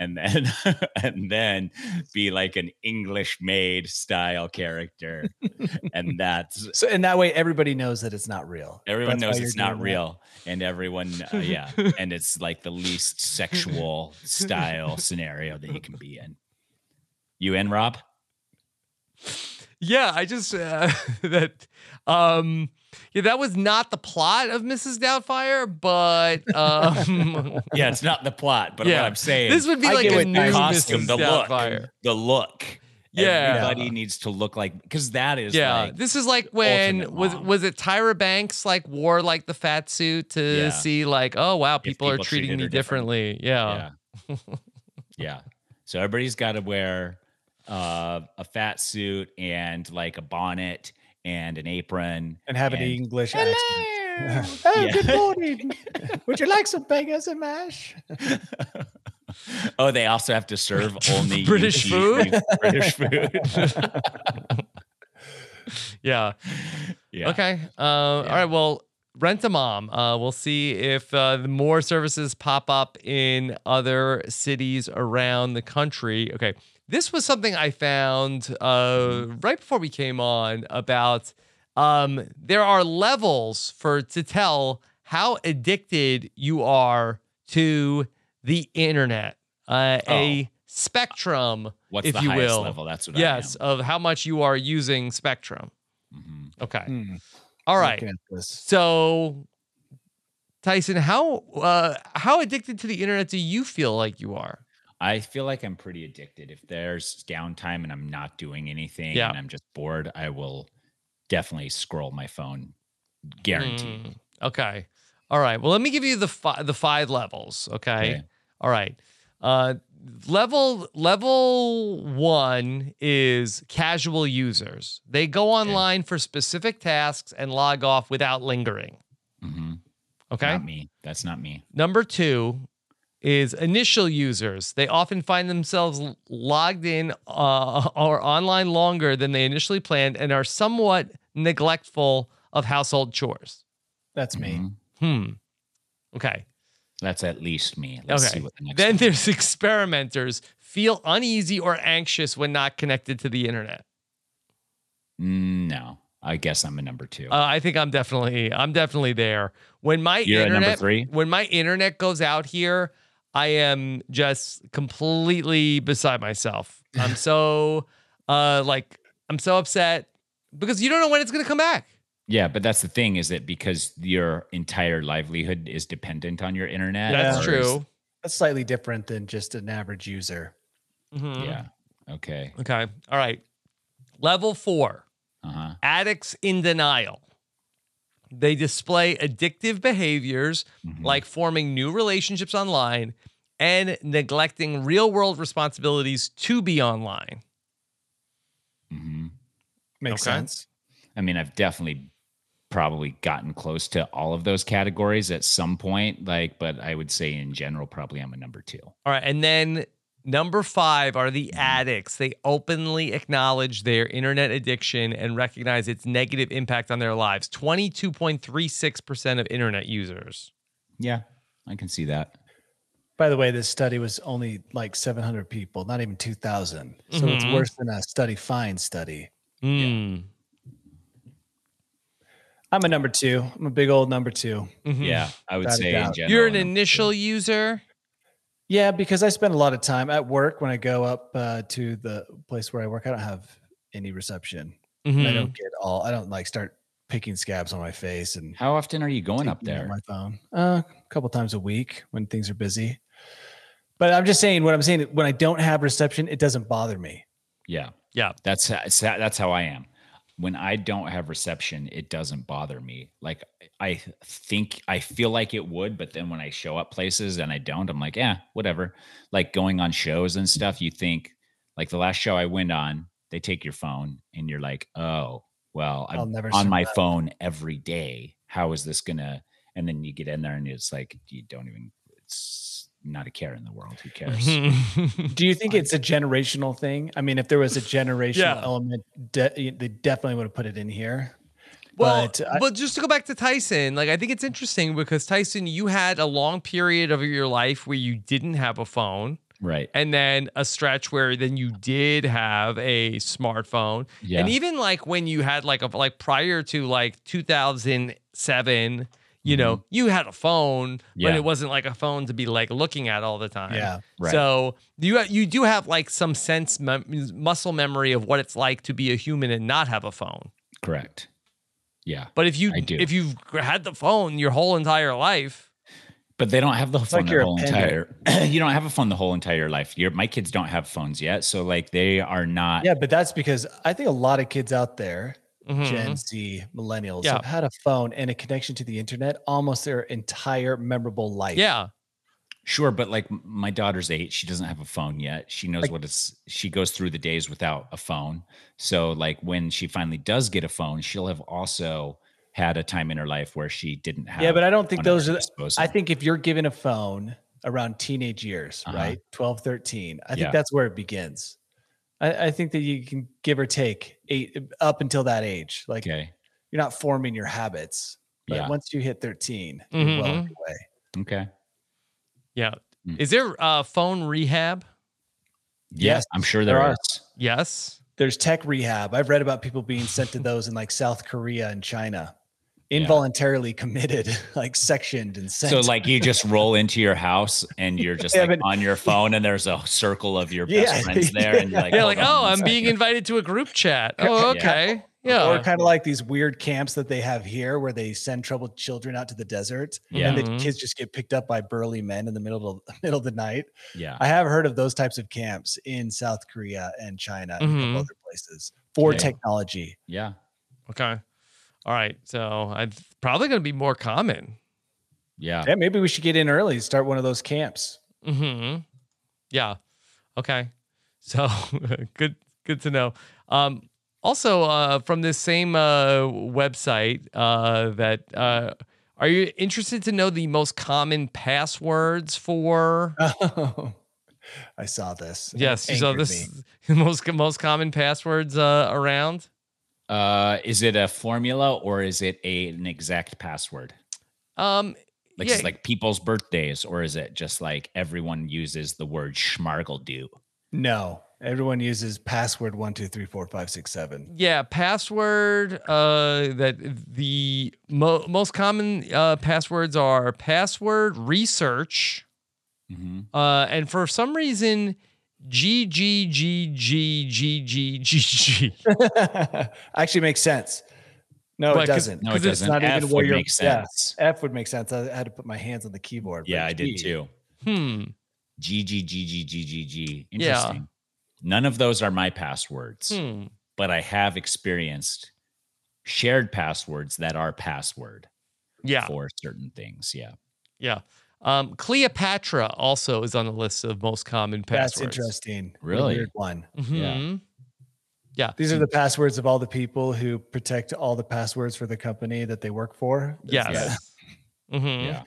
Speaker 5: and then and then be like an English maid style character, and that's
Speaker 6: So, and that way everybody knows that it's not real.
Speaker 5: Everyone
Speaker 6: That's why
Speaker 5: knows
Speaker 6: you're
Speaker 5: it's not
Speaker 6: doing that.
Speaker 5: real, and everyone, uh, yeah, and it's like the least sexual style scenario that you can be in. You in, Rob?
Speaker 1: Yeah, I just uh, that um yeah, that was not the plot of Mrs. Doubtfire, but um
Speaker 5: Yeah, it's not the plot, but
Speaker 1: Yeah.
Speaker 5: what I'm saying,
Speaker 1: this would be
Speaker 6: I
Speaker 1: like
Speaker 6: get
Speaker 1: a
Speaker 6: what
Speaker 1: new
Speaker 5: the
Speaker 6: Tyson
Speaker 5: costume,
Speaker 1: Mrs.
Speaker 5: the look,
Speaker 1: Doubtfire.
Speaker 5: the look.
Speaker 1: Yeah.
Speaker 5: everybody needs to look like because that is
Speaker 1: Yeah,
Speaker 5: like
Speaker 1: this is like when
Speaker 5: ultimate
Speaker 1: was
Speaker 5: mom.
Speaker 1: was it Tyra Banks like wore like the fat suit to
Speaker 5: Yeah.
Speaker 1: see like oh wow people, are
Speaker 5: people treated
Speaker 1: treating me
Speaker 5: her different.
Speaker 1: differently.
Speaker 5: yeah,
Speaker 1: Yeah.
Speaker 5: yeah. So everybody's got to wear uh, a fat suit and like a bonnet and an apron
Speaker 6: And have
Speaker 5: and-
Speaker 6: an English accent. oh,
Speaker 5: Yeah.
Speaker 6: good morning. Would you like some bangers and mash?
Speaker 5: Oh, they also have to serve only you
Speaker 1: British
Speaker 5: cheat-
Speaker 1: food?
Speaker 5: you British food.
Speaker 1: Yeah.
Speaker 5: Yeah.
Speaker 1: Okay. Uh, All right. Well, Rent a Mom. Uh, we'll see if uh, more services pop up in other cities around the country. Okay. This was something I found uh, right before we came on about um, there are levels for to tell how addicted you are to the internet, uh, a spectrum,
Speaker 5: What's
Speaker 1: if
Speaker 5: the
Speaker 1: you
Speaker 5: highest
Speaker 1: will.
Speaker 5: level? That's what
Speaker 1: Yes,
Speaker 5: I
Speaker 1: of how much you are using spectrum.
Speaker 5: am. Mhm.
Speaker 1: Okay.
Speaker 6: Hmm,
Speaker 1: All right.
Speaker 6: looking at this.
Speaker 1: So, Tyson, how uh, how addicted to the internet do you feel like you are?
Speaker 5: I feel like I'm pretty addicted. If there's downtime and I'm not doing anything
Speaker 1: Yeah.
Speaker 5: and I'm just bored, I will definitely scroll my phone. Guaranteed.
Speaker 1: Mm, okay. All right. Well, let me give you the fi- the five levels. Okay.
Speaker 5: Okay.
Speaker 1: All right. Uh, level level one is casual users. They go online for specific tasks and log off without lingering.
Speaker 5: Mhm.
Speaker 1: Mm. Okay.
Speaker 5: Not me. That's not me.
Speaker 1: Number two is initial users. They often find themselves l- logged in uh, or online longer than they initially planned and are somewhat neglectful of household chores.
Speaker 6: That's me.
Speaker 5: Mhm.
Speaker 1: Hmm. Okay.
Speaker 5: That's at least me. Let's see
Speaker 1: Okay.
Speaker 5: what the next
Speaker 1: Then
Speaker 5: one-
Speaker 1: there's experimenters feel uneasy or anxious when not connected to the internet.
Speaker 5: Mm, No. I guess I'm a number two.
Speaker 1: Uh, I think I'm definitely I'm definitely there. When my
Speaker 5: You're at number
Speaker 1: internet
Speaker 5: three?
Speaker 1: when my internet goes out here, I am just completely beside myself. I'm so uh like I'm so upset because you don't know when it's gonna come back.
Speaker 5: yeah, but that's the thing is that because your entire livelihood is dependent on your internet.
Speaker 1: That's
Speaker 5: or is-
Speaker 1: true.
Speaker 6: That's slightly different than just an average user.
Speaker 1: Mhm.
Speaker 5: Yeah. Okay.
Speaker 1: Okay. All right. Level four.
Speaker 5: Uh huh.
Speaker 1: addicts in denial. They display addictive behaviors
Speaker 5: Mm-hmm.
Speaker 1: like forming new relationships online and neglecting real world responsibilities to be online.
Speaker 5: hmm
Speaker 6: Makes
Speaker 1: Okay.
Speaker 6: sense.
Speaker 5: I mean, I've definitely probably gotten close to all of those categories at some point. Like, but I would say in general, probably I'm a number two.
Speaker 1: All right. And then number five are
Speaker 5: Mm-hmm.
Speaker 1: the addicts. They openly acknowledge their internet addiction and recognize its negative impact on their lives 22.36% of internet users.
Speaker 5: Yeah, I can see that.
Speaker 6: By the way, this study was only like 700 people, not even 2,000. So it's
Speaker 1: Mhm.
Speaker 6: worse than a study fine study.
Speaker 1: Mm.
Speaker 6: I'm a number two. I'm a big old number two.
Speaker 1: Mhm.
Speaker 5: Yeah, I would
Speaker 6: Without a
Speaker 5: say in
Speaker 6: doubt.
Speaker 5: general.
Speaker 1: You're an
Speaker 5: I'm-
Speaker 1: initial user.
Speaker 6: Yeah, because I spend a lot of time at work when I go up uh, to the place where I work. I don't have any reception. And I
Speaker 1: Mhm.
Speaker 6: don't get all. I don't like start picking scabs on my face and
Speaker 5: How often are you going up
Speaker 6: taking out
Speaker 5: there?
Speaker 6: My phone, uh, a couple times a week when things are busy. But I'm just saying what I'm saying. When I don't have reception, it doesn't bother me.
Speaker 5: Yeah,
Speaker 1: Yeah.
Speaker 5: that's ho- it's ho- that's how I am. When I don't have reception, it doesn't bother me. Like I think I feel like it would, but then when I show up places and I don't, I'm like, yeah, whatever. Like going on shows and stuff, you think like the last show I went on, they take your phone and you're like, oh, well,
Speaker 6: I'll
Speaker 5: I'm
Speaker 6: never
Speaker 5: on my phone every day. How is this gonna? And then you get in there and it's like you don't even. It's not a care in the world. Who cares?
Speaker 1: Mm-hmm.
Speaker 6: Do you think it's a generational thing? I mean, if there was a generational
Speaker 1: Yeah.
Speaker 6: element, de- they definitely would have put it in here.
Speaker 1: Well,
Speaker 6: But I-
Speaker 1: but just to go back to Tyson, like I think it's interesting because Tyson, you had a long period of your life where you didn't have a phone,
Speaker 5: right.
Speaker 1: and then a stretch where then you did have a smartphone,
Speaker 5: Yeah.
Speaker 1: and even like when you had like a like prior to like 2007, you know, you had a phone, but
Speaker 5: Yeah.
Speaker 1: it wasn't like a phone to be like looking at all the time.
Speaker 6: Yeah.
Speaker 5: Right.
Speaker 1: So you you do have like some sense mem- muscle memory of what it's like to be a human and not have a phone.
Speaker 5: Correct. Yeah.
Speaker 1: But if you
Speaker 5: I do.
Speaker 1: if you've gr- had the phone your whole entire life,
Speaker 5: But they don't have the phone
Speaker 6: like
Speaker 5: their
Speaker 6: you're a
Speaker 5: whole
Speaker 6: pendant.
Speaker 5: entire. you don't have a phone the whole entire life. Your my kids don't have phones yet, so like they are not.
Speaker 6: Yeah, but that's because I think a lot of kids out there, Gen
Speaker 1: Mhm.
Speaker 6: Z, millennials,
Speaker 1: Yeah.
Speaker 6: have had a phone and a connection to the internet almost their entire memorable life.
Speaker 1: yeah,
Speaker 5: Sure, but like m- my daughter's eight, she doesn't have a phone yet. She knows what it's. She goes through the days without a phone. So like when she finally does get a phone, she'll have also had a time in her life where she didn't have.
Speaker 6: Yeah, but I don't think
Speaker 5: one at
Speaker 6: those
Speaker 5: her
Speaker 6: are.
Speaker 5: disposal.
Speaker 6: I think if you're given a phone around teenage years,
Speaker 5: Uh-huh.
Speaker 6: right? 12, 13, I
Speaker 5: Yeah.
Speaker 6: think that's where it begins. I, I think that you can give or take eight up until that age. Like
Speaker 5: okay.
Speaker 6: you're not forming your habits. But
Speaker 5: Yeah.
Speaker 6: once you hit 13, you're well
Speaker 1: Mhm.
Speaker 6: on your way.
Speaker 5: Okay.
Speaker 1: Yeah.
Speaker 5: Mm.
Speaker 1: Is there uh, phone rehab?
Speaker 5: Yes,
Speaker 6: Yes,
Speaker 5: I'm sure
Speaker 6: there
Speaker 5: there
Speaker 6: are.
Speaker 5: is.
Speaker 1: Yes.
Speaker 6: There's tech rehab. I've read about people being sent to those in like South Korea and China,
Speaker 5: Yeah.
Speaker 6: involuntarily committed, like sectioned and sent.
Speaker 5: So like you just roll into your house and you're just
Speaker 6: Yeah,
Speaker 5: like
Speaker 6: but-
Speaker 5: on your phone and there's a circle of your best
Speaker 6: Yeah,
Speaker 5: friends there and you're like,
Speaker 1: Yeah,
Speaker 5: "Hold
Speaker 1: like,
Speaker 5: on
Speaker 1: oh,
Speaker 5: one
Speaker 1: I'm being
Speaker 5: second."
Speaker 1: invited to a group chat. Oh,
Speaker 5: Yeah.
Speaker 1: okay.
Speaker 6: or
Speaker 1: Yeah.
Speaker 6: kind of like these weird camps that they have here where they send troubled children out to the desert and
Speaker 5: Yeah,
Speaker 6: the
Speaker 1: Mhm.
Speaker 6: kids just get picked up by burly men in the middle of middle of the night.
Speaker 5: yeah.
Speaker 6: I have heard of those types of camps in South Korea and China and a couple
Speaker 1: Mhm.
Speaker 6: other places for
Speaker 5: Yeah.
Speaker 6: technology.
Speaker 5: Yeah.
Speaker 1: Okay. All right. So I probably going to be more common.
Speaker 5: Yeah.
Speaker 6: Yeah, maybe we should get in early, start one of those camps.
Speaker 1: Hmm. Yeah. Okay. So good. Good to know. Um, also, uh, from this same uh, website, uh, that uh, are you interested to know the most common passwords for?
Speaker 6: I saw this. and it
Speaker 1: yes. So
Speaker 6: angered
Speaker 1: this
Speaker 6: me.
Speaker 1: most most common passwords uh, around.
Speaker 5: Uh, is it a formula or is it a, an exact password?
Speaker 1: Um,
Speaker 5: Like,
Speaker 1: yeah,
Speaker 5: is it like people's birthdays or is it just like everyone uses the word schmargledo?
Speaker 6: No, everyone uses password one, two, three, four, five, six, seven.
Speaker 1: Yeah, password. Uh, that the mo- most common uh, passwords are password research.
Speaker 5: Mm-hmm.
Speaker 1: Uh, and for some reason, G G G G G G G G.
Speaker 6: Actually makes sense. No,
Speaker 1: But
Speaker 6: it
Speaker 1: 'cause-
Speaker 6: doesn't.
Speaker 5: No, it
Speaker 1: 'Cause it's
Speaker 5: doesn't.
Speaker 6: not even
Speaker 5: F
Speaker 6: where
Speaker 5: would
Speaker 6: you're-
Speaker 5: make
Speaker 6: yeah.
Speaker 5: sense.
Speaker 6: F would make sense. I had to put my hands on the keyboard. but
Speaker 5: Yeah, I did
Speaker 6: G-
Speaker 5: too.
Speaker 1: Hmm.
Speaker 5: G G G G G G G.
Speaker 1: Yeah.
Speaker 5: Interesting. None of those are my passwords,
Speaker 1: Hmm.
Speaker 5: but I have experienced shared passwords that are password
Speaker 1: Yeah.
Speaker 5: for certain things. Yeah.
Speaker 1: Yeah. Um, Cleopatra also is on the list of most common
Speaker 6: That's
Speaker 1: passwords.
Speaker 6: interesting. What a
Speaker 5: Really?
Speaker 6: weird one.
Speaker 5: Yeah.
Speaker 1: Mhm.
Speaker 6: These are the passwords of all the people who protect all the passwords for the company that they work for.
Speaker 1: Mm, Yes. Mhm.
Speaker 5: Yeah.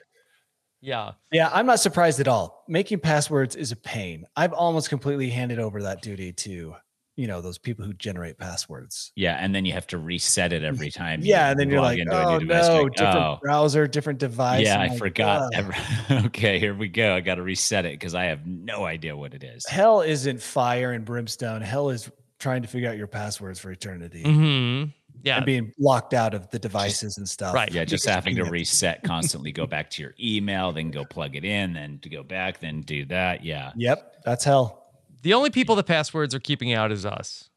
Speaker 1: Yeah.
Speaker 6: Yeah, I'm not surprised at all. Making passwords is a pain. I've almost completely handed over that duty to, you know, those people who generate passwords.
Speaker 5: Yeah. And then you have to reset it every time. you
Speaker 6: Yeah, and then you're
Speaker 5: log
Speaker 6: like,
Speaker 5: into a new
Speaker 6: oh
Speaker 5: device. You're
Speaker 6: no,
Speaker 5: like,
Speaker 6: different
Speaker 5: "Oh,
Speaker 6: browser, different device.
Speaker 5: Yeah,
Speaker 6: I'm
Speaker 5: I
Speaker 6: like,
Speaker 5: forgot.
Speaker 6: ugh.
Speaker 5: every- okay, here we go. I got to reset it because I have no idea what it is.
Speaker 6: Hell isn't fire and brimstone. Hell is trying to figure out your passwords for eternity
Speaker 5: Mm-hmm.
Speaker 1: hmm Yeah.
Speaker 6: and being locked out of the devices and stuff.
Speaker 1: right.
Speaker 5: Yeah, just
Speaker 6: Because
Speaker 5: having to
Speaker 6: you-
Speaker 5: reset constantly, go back to your email, then go plug it in, then to go back, then do that. Yeah.
Speaker 6: Yep, that's hell.
Speaker 1: The only people the passwords are keeping out is us.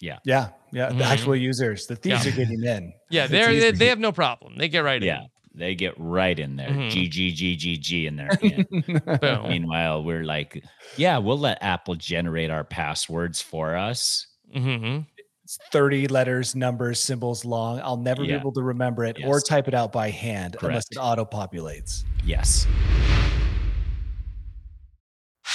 Speaker 6: Yeah, yeah.
Speaker 5: Mm-hmm.
Speaker 1: Mhm.
Speaker 6: The actual users, the thieves
Speaker 1: Yeah.
Speaker 6: are getting in.
Speaker 1: Yeah,
Speaker 6: It's
Speaker 1: they're, they
Speaker 6: easy.
Speaker 1: they have no problem. They get right
Speaker 5: Yeah. They get right in there.
Speaker 6: Mm-hmm.
Speaker 1: Mhm.
Speaker 5: G, G, G, G, G, and they're in.
Speaker 1: in. Boom.
Speaker 5: Meanwhile, we're like, yeah, we'll let Apple generate our passwords for us.
Speaker 1: hmm
Speaker 6: It's thirty letters, numbers, symbols long. I'll never
Speaker 5: Yeah.
Speaker 6: be able to remember it or
Speaker 5: Yes.
Speaker 6: type it out by hand unless
Speaker 5: Correct.
Speaker 6: it auto populates.
Speaker 5: Yes.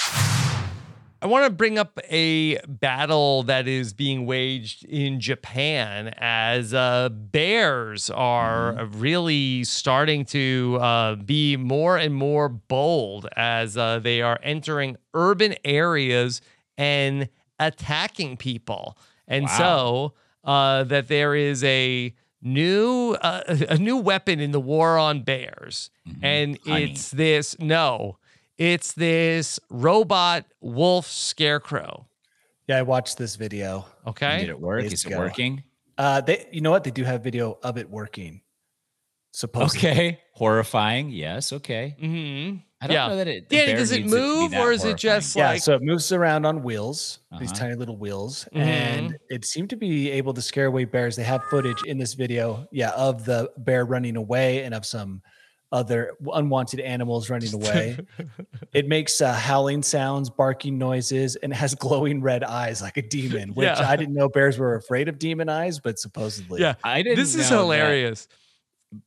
Speaker 1: I want to bring up a battle that is being waged in Japan as uh, bears are really starting to uh, be more and more bold as uh, they are entering urban areas and attacking people. And so uh, that there is a new uh, a new weapon in the war on bears,
Speaker 5: Mm-hmm.
Speaker 1: and
Speaker 5: Honey.
Speaker 1: it's this no. It's this robot wolf scarecrow.
Speaker 6: Yeah, I watched this video.
Speaker 5: Did
Speaker 1: Okay.
Speaker 5: it work?
Speaker 6: Days
Speaker 5: Is it
Speaker 6: ago.
Speaker 5: working?
Speaker 6: Uh, they, you know what? They do have video of it working. Supposedly.
Speaker 5: Okay. Horrifying. Yes. Okay.
Speaker 1: Mm-hmm.
Speaker 5: I don't
Speaker 1: Yeah.
Speaker 5: know that it. the
Speaker 1: Yeah,
Speaker 5: bear
Speaker 1: does it
Speaker 5: needs to be
Speaker 1: move
Speaker 5: that
Speaker 1: or is it
Speaker 5: horrifying.
Speaker 1: just
Speaker 6: Yeah,
Speaker 1: like
Speaker 6: so it moves around on wheels, these
Speaker 5: Uh-huh.
Speaker 6: tiny little wheels, and
Speaker 1: Mm-hmm.
Speaker 6: it seemed to be able to scare away bears. They have footage in this video, yeah, of the bear running away and of some other unwanted animals running away. it makes uh, howling sounds, barking noises, and has glowing red eyes like a demon, which
Speaker 1: Yeah.
Speaker 6: I didn't know bears were afraid of demon eyes, but supposedly.
Speaker 1: Yeah.
Speaker 5: I didn't.
Speaker 1: this is
Speaker 5: know that.
Speaker 1: hilarious.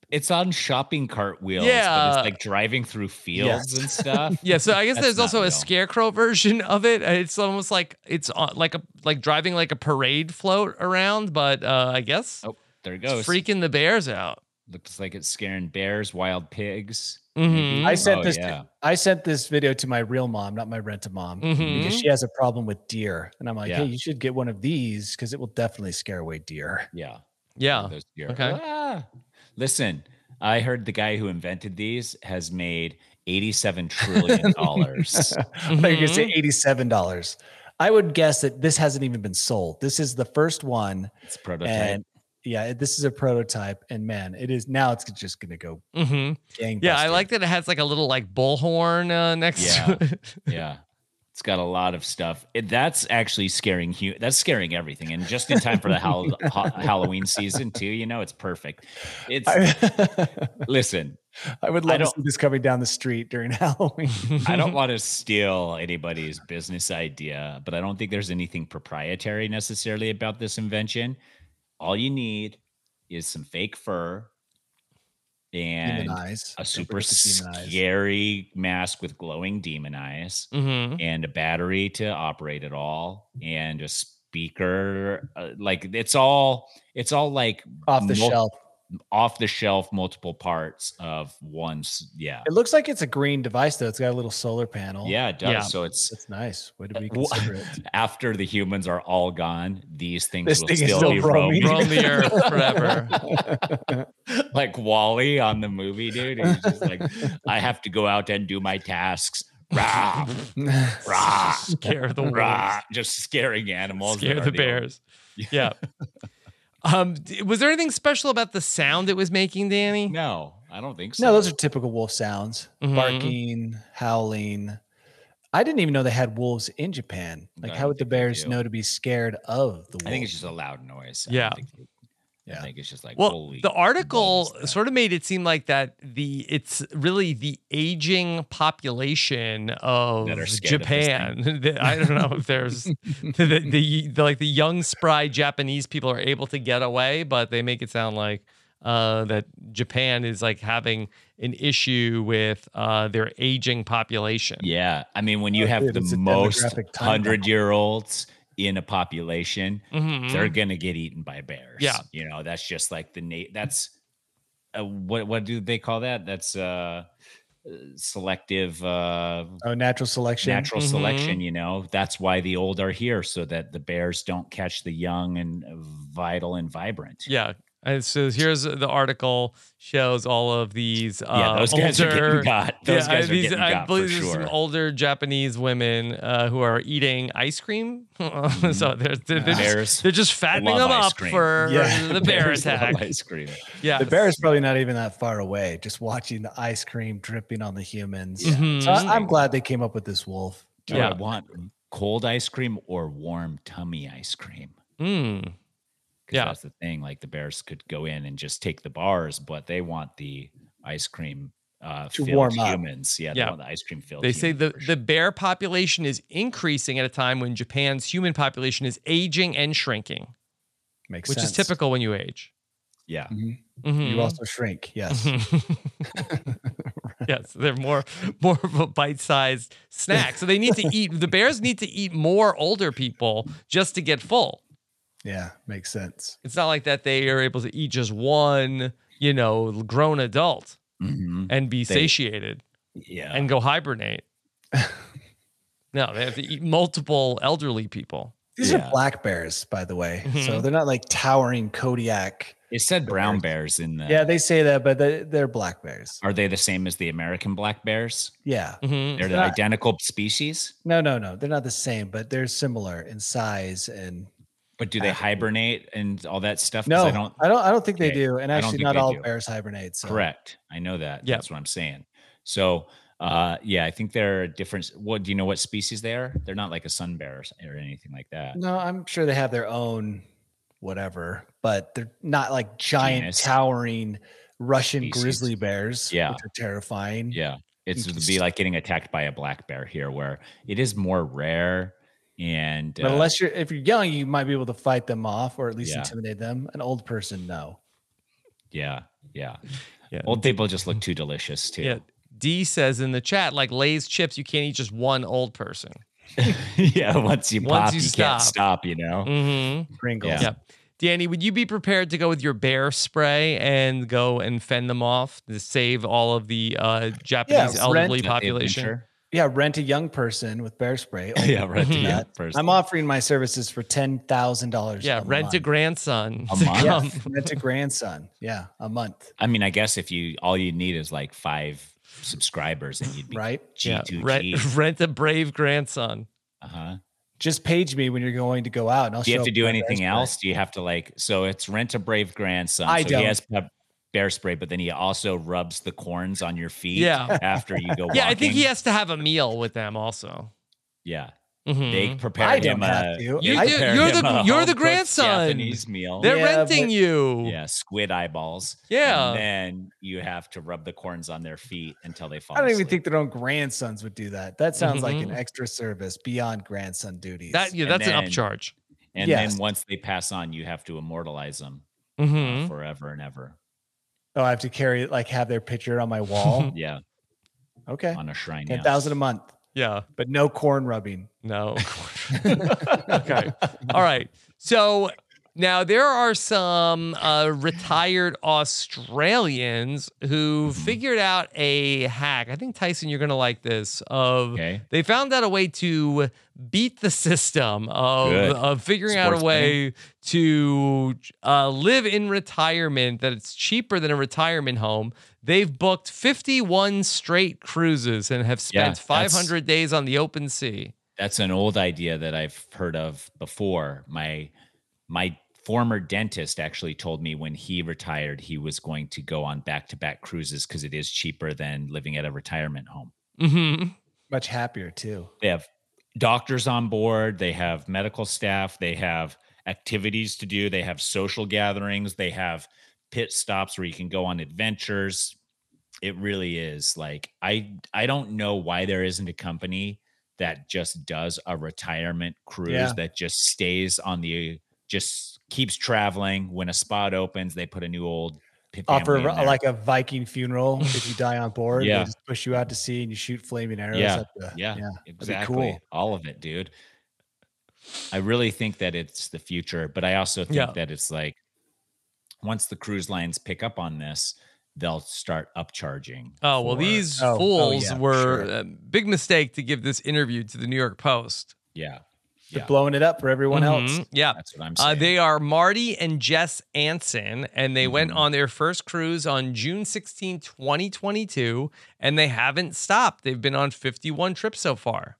Speaker 5: It's on shopping cart wheels. but
Speaker 1: Yeah.
Speaker 5: it's like driving through fields and stuff.
Speaker 1: Yeah, so I guess
Speaker 5: That's
Speaker 1: there's
Speaker 5: not
Speaker 1: also a
Speaker 5: real.
Speaker 1: scarecrow version of it. It's almost like it's on, like a like driving like a parade float around, but uh, I guess
Speaker 5: Oh, there it
Speaker 1: it's
Speaker 5: goes.
Speaker 1: freaking the bears out.
Speaker 5: Looks like it's scaring bears, wild pigs.
Speaker 1: Mhm.
Speaker 6: I sent
Speaker 5: Oh,
Speaker 6: this.
Speaker 5: yeah.
Speaker 6: I sent this video to my real mom, not my rent a mom,
Speaker 1: Mhm.
Speaker 6: because she has a problem with deer, and I'm like,
Speaker 5: Mm-hmm. Yeah.
Speaker 6: hey, you should get one of these because it will definitely scare away deer.
Speaker 5: Yeah.
Speaker 1: Yeah.
Speaker 5: Those deer.
Speaker 1: Okay.
Speaker 5: Ah. Listen, I heard the guy who invented these has made eighty-seven trillion dollars.
Speaker 6: I thought you
Speaker 1: Mm-hmm.
Speaker 6: were gonna
Speaker 5: Mm-hmm.
Speaker 6: say eighty-seven dollars. I would guess that this hasn't even been sold. This is the first one,
Speaker 5: it's a prototype.
Speaker 6: and yeah, this is a prototype. And man, it is now. It's just gonna go
Speaker 1: Mm-hmm.
Speaker 6: gangbusters.
Speaker 1: Yeah, I like that it has like a little like bullhorn uh, next
Speaker 5: Yeah.
Speaker 1: to it.
Speaker 5: yeah. It's got a lot of stuff. It, that's actually scaring. Hu- that's scaring everything, and just in time for the Hall- ha- Halloween season too. You know, it's perfect. It's
Speaker 6: I,
Speaker 5: listen.
Speaker 6: I would
Speaker 5: I
Speaker 6: love to
Speaker 5: don't-
Speaker 6: see this coming down the street during Halloween.
Speaker 5: I don't want to steal anybody's business idea, but I don't think there's anything proprietary necessarily about this invention. All you need is some fake fur and
Speaker 6: Demon eyes.
Speaker 5: a
Speaker 6: Don't
Speaker 5: super
Speaker 6: forget the demon eyes.
Speaker 5: scary mask with glowing demon eyes.
Speaker 1: Mm-hmm.
Speaker 5: and a battery to operate it all and a speaker uh, like it's all it's all like
Speaker 6: off the
Speaker 5: mul-
Speaker 6: shelf.
Speaker 5: off the shelf multiple parts of one s- yeah
Speaker 6: It looks like it's a green device though. It's got a little solar panel.
Speaker 5: yeah it does
Speaker 1: Yeah.
Speaker 5: so it's
Speaker 6: that's nice. What did we
Speaker 5: Wha-
Speaker 6: consider it?
Speaker 5: after the humans are all gone these things
Speaker 6: This
Speaker 5: will
Speaker 6: thing is
Speaker 5: still,
Speaker 6: still
Speaker 5: be
Speaker 6: roaming.
Speaker 5: roaming,
Speaker 1: Roam the earth forever.
Speaker 5: like wally on the movie dude he's just like i have to go out and do my tasks rah, rah,
Speaker 1: Scare the wolves.
Speaker 5: rah, just scaring animals that
Speaker 1: Scare
Speaker 5: are
Speaker 1: the
Speaker 5: only-
Speaker 1: bears. Yeah. um, d- was there anything special about the sound it was making, Danny?
Speaker 5: no i don't think so
Speaker 6: No, those are typical wolf sounds:
Speaker 5: Mm-hmm.
Speaker 1: Mhm.
Speaker 6: barking, howling. I didn't even know they had wolves in Japan. Like,
Speaker 5: No, I
Speaker 6: how
Speaker 5: don't
Speaker 6: would the
Speaker 5: think they
Speaker 6: bears
Speaker 5: do.
Speaker 6: know to be scared of the wolves?
Speaker 5: I think it's just a loud noise.
Speaker 1: Yeah.
Speaker 5: I, don't think,
Speaker 6: Yeah.
Speaker 5: I think it's just like
Speaker 1: Well,
Speaker 5: holy
Speaker 1: the article
Speaker 5: balls, yeah.
Speaker 1: sort of made it seem like that the it's really the aging population of
Speaker 5: That are scared of this
Speaker 1: Japan. The- I don't know if there's the, the, the, the like the young spry Japanese people are able to get away, but they make it sound like uh, that Japan is like having an issue with uh, their aging population.
Speaker 5: Yeah. I mean, when you
Speaker 6: Oh,
Speaker 5: have
Speaker 6: dude, it's
Speaker 5: the
Speaker 6: a
Speaker 5: most
Speaker 6: demographic time
Speaker 5: hundred year olds in a population,
Speaker 1: Mhm.
Speaker 5: they're gonna get eaten by bears.
Speaker 1: Yeah.
Speaker 5: You know, that's just like the na- that's uh, what what do they call that? That's uh uh, selective uh
Speaker 6: oh, natural selection.
Speaker 5: natural
Speaker 1: Mhm.
Speaker 5: selection you know that's why the old are here so that the bears don't catch the young and vital and vibrant
Speaker 1: Yeah. And so here's uh, the article shows all of these. Uh,
Speaker 5: yeah those guys are
Speaker 1: older-
Speaker 5: getting got those
Speaker 1: Yeah,
Speaker 5: guys are
Speaker 1: these-
Speaker 5: getting
Speaker 1: I
Speaker 5: got for
Speaker 1: believe there's some
Speaker 5: sure
Speaker 1: older Japanese women uh, who are eating ice cream. so they're, they're, they're, just,
Speaker 5: Mm-hmm. bears
Speaker 1: they're just fattening
Speaker 5: love
Speaker 1: them
Speaker 5: ice
Speaker 1: up
Speaker 5: cream.
Speaker 1: for
Speaker 6: Yeah.
Speaker 1: the bear
Speaker 5: Bears love
Speaker 1: attack.
Speaker 5: ice cream.
Speaker 1: Yeah.
Speaker 6: The bear is probably not even that far away. Just watching the ice cream dripping on the humans.
Speaker 5: Mm-hmm.
Speaker 1: Mhm.
Speaker 6: So I, am glad they came up with this wolf.
Speaker 5: Do
Speaker 1: Yeah.
Speaker 5: I want cold ice cream or warm tummy ice cream?
Speaker 1: Mm.
Speaker 5: 'Cause
Speaker 1: Yeah.
Speaker 5: that's the thing. Like the Bears could go in and just take the bars, but they want the ice cream uh,
Speaker 6: To
Speaker 5: filled
Speaker 6: warm up.
Speaker 5: humans. Yeah, they
Speaker 1: Yeah.
Speaker 5: want the ice cream filled.
Speaker 1: They say the,
Speaker 5: humans for
Speaker 1: the bear population is increasing at a time when Japan's human population is aging and shrinking,
Speaker 6: Makes
Speaker 1: which
Speaker 6: sense.
Speaker 1: is typical when you age.
Speaker 5: sure. yeah.
Speaker 6: Mhm.
Speaker 1: Mhm.
Speaker 5: Mm-hmm.
Speaker 6: You also shrink. Yes.
Speaker 1: yes, they're more more of a bite-sized snack. So they need to eat. The bears need to eat more older people just to get full.
Speaker 6: yeah. Makes sense.
Speaker 1: It's not like that they are able to eat just one, you know, grown adult
Speaker 5: Mhm.
Speaker 1: and be
Speaker 5: They-
Speaker 1: satiated
Speaker 5: Yeah.
Speaker 1: and go hibernate. no, they have to eat multiple elderly people.
Speaker 6: These
Speaker 5: Yeah. Mm-hmm.
Speaker 6: are black bears, by the way. So
Speaker 1: Mhm.
Speaker 6: they're not like towering Kodiak.
Speaker 5: it said brown bears in the.
Speaker 6: Yeah, they say that, but they, they're black bears.
Speaker 5: Are they the same as the American black bears?
Speaker 6: Yeah.
Speaker 1: Mhm.
Speaker 5: They're the
Speaker 6: not-
Speaker 5: identical species,
Speaker 6: No, no, no. They're not the same, but they're similar in size and
Speaker 5: but do they hibernate and all that stuff? 'Cause
Speaker 6: no,
Speaker 5: I don't.
Speaker 6: I don't. I don't think they
Speaker 5: Okay.
Speaker 6: do. And
Speaker 5: I don't
Speaker 6: actually,
Speaker 5: think
Speaker 6: not
Speaker 5: they
Speaker 6: all
Speaker 5: do.
Speaker 6: bears hibernate. So.
Speaker 5: Correct. I know that.
Speaker 1: Yeah.
Speaker 5: That's what I'm saying. So, uh, yeah, I think they're a different. What do you know? What species they are? They're not like a sun bear or s- or anything like that.
Speaker 6: No, I'm sure they have their own whatever, but they're not like giant,
Speaker 5: Genus.
Speaker 6: towering Russian
Speaker 5: Species.
Speaker 6: grizzly bears.
Speaker 5: Yeah.
Speaker 6: which are terrifying.
Speaker 5: Yeah, it's
Speaker 6: can
Speaker 5: it'd be like getting attacked by a black bear here, where it is more rare. And
Speaker 6: But
Speaker 5: uh,
Speaker 6: unless you're if you're young, you might be able to fight them off or at least
Speaker 5: Yeah.
Speaker 6: intimidate them. An old person, no.
Speaker 5: yeah, yeah,
Speaker 1: Yeah.
Speaker 5: old people just look too delicious too.
Speaker 1: Yeah. D says in the chat, like Lay's chips, you can't eat just one old person.
Speaker 5: yeah, once you
Speaker 1: Once
Speaker 5: pop,
Speaker 1: you
Speaker 5: you,
Speaker 1: stop.
Speaker 5: can't stop. You know,
Speaker 1: hmm
Speaker 6: Pringles.
Speaker 5: Yeah.
Speaker 1: Yeah. Danny, would you be prepared to go with your bear spray and go and fend them off to save all of the uh, Japanese
Speaker 6: rent
Speaker 1: elderly
Speaker 5: The
Speaker 1: population?
Speaker 5: adventure.
Speaker 6: yeah, rent a young person with bear spray. I'll
Speaker 5: yeah, right.
Speaker 1: Mhm.
Speaker 5: Yeah,
Speaker 6: that. I'm offering my services for ten thousand dollars.
Speaker 1: Yeah, rent a grandson.
Speaker 5: A
Speaker 1: to
Speaker 5: month?
Speaker 6: yeah,
Speaker 1: come.
Speaker 6: rent a grandson. Yeah, a month.
Speaker 5: I mean, I guess if you all you need is like five subscribers and you'd be
Speaker 6: Right?
Speaker 1: Yeah,
Speaker 5: G2G.
Speaker 1: rent, rent a brave grandson.
Speaker 5: Uh-huh.
Speaker 6: Just page me when you're going to go out, and I'll.
Speaker 5: Do you
Speaker 6: show
Speaker 5: have to
Speaker 6: up
Speaker 5: do
Speaker 6: with my bear
Speaker 5: anything
Speaker 6: spray.
Speaker 5: else? Do you have to like so it's rent a brave grandson.
Speaker 6: I
Speaker 5: so
Speaker 6: don't.
Speaker 5: he has pe- bear spray, but then he also rubs the corns on your feet
Speaker 1: Yeah.
Speaker 5: after you go
Speaker 1: Yeah, I think he
Speaker 5: walking.
Speaker 1: has to have a meal with them also.
Speaker 5: Yeah.
Speaker 1: Mhm.
Speaker 5: They prepare
Speaker 6: I
Speaker 5: him
Speaker 6: don't
Speaker 5: a,
Speaker 6: have to.
Speaker 1: You
Speaker 6: I-
Speaker 1: do-
Speaker 5: prepare
Speaker 1: you're
Speaker 5: him
Speaker 1: the-
Speaker 5: a
Speaker 1: you're the
Speaker 5: home-cooked
Speaker 1: grandson.
Speaker 5: Japanese meal.
Speaker 1: They're
Speaker 6: Yeah,
Speaker 1: renting
Speaker 6: but-
Speaker 1: you.
Speaker 5: yeah, squid eyeballs.
Speaker 1: Yeah.
Speaker 5: And then you have to rub the corns on their feet until they fall
Speaker 6: I don't even
Speaker 5: asleep.
Speaker 6: think their own grandsons would do that. That sounds like an
Speaker 1: Mhm.
Speaker 6: extra service beyond grandson duties.
Speaker 1: That yeah,
Speaker 5: And
Speaker 1: that's an
Speaker 5: then-
Speaker 1: upcharge.
Speaker 5: And
Speaker 6: Yes.
Speaker 5: then once they pass on, you have to immortalize them uh,
Speaker 1: Mhm.
Speaker 5: forever and ever.
Speaker 6: oh, I have to carry like have their picture on my wall.
Speaker 5: Yeah,
Speaker 6: okay,
Speaker 5: on a shrine.
Speaker 6: ten
Speaker 5: yeah.
Speaker 6: thousand a month,
Speaker 1: Yeah.
Speaker 6: but no corn rubbing.
Speaker 1: No. okay. All right. So now there are some uh, retired Australians who
Speaker 5: Mm-hmm.
Speaker 1: figured out a hack. I think Tyson, you're gonna like this. Of
Speaker 5: Okay.
Speaker 1: they found out a way to beat the system of,
Speaker 5: Good.
Speaker 1: of figuring out
Speaker 5: Sports
Speaker 1: a way to uh, live in retirement that it's cheaper than a retirement home. They've booked 51 straight cruises and have
Speaker 5: Yeah,
Speaker 1: spent
Speaker 5: that's-
Speaker 1: 500 days on the open sea.
Speaker 5: That's an old idea that I've heard of before. My my former dentist actually told me when he retired, he was going to go on back to back cruises because it is cheaper than living at a retirement home.
Speaker 1: hmm
Speaker 6: Much happier too.
Speaker 5: They have doctors on board, they have medical staff, they have activities to do, they have social gatherings, they have pit stops where you can go on adventures. It really is like I I don't know why there isn't a company that just does a retirement cruise
Speaker 6: Yeah.
Speaker 5: that just stays on the just keeps traveling when a spot opens they put a new old p-
Speaker 6: Offer
Speaker 5: family in there.
Speaker 6: like a Viking funeral if you die on board. They
Speaker 5: Yeah.
Speaker 6: just push you out to sea and you shoot flaming arrows.
Speaker 5: Yeah.
Speaker 6: At the,
Speaker 5: Yeah,
Speaker 6: be
Speaker 5: exactly.
Speaker 6: cool.
Speaker 5: All of it, dude. I really think that it's the future, but I also think
Speaker 1: Yeah.
Speaker 5: that it's like once the cruise lines pick up on this, they'll start upcharging.
Speaker 1: Oh well,
Speaker 5: for-
Speaker 1: these
Speaker 6: Oh, oh,
Speaker 1: fools
Speaker 6: yeah,
Speaker 1: were
Speaker 6: sure.
Speaker 1: uh, big mistake to give this interview to the New York Post.
Speaker 5: yeah,
Speaker 6: They're
Speaker 5: Yeah. Mm-hmm.
Speaker 6: blowing it up for everyone
Speaker 1: Mhm,
Speaker 6: else.
Speaker 1: yeah.
Speaker 5: that's what I'm saying.
Speaker 1: Uh, they are Marty and Jess Anson, and they went
Speaker 5: Mhm.
Speaker 1: on their first cruise on June 16, 2022, and they haven't stopped. They've been on 51 trips so far.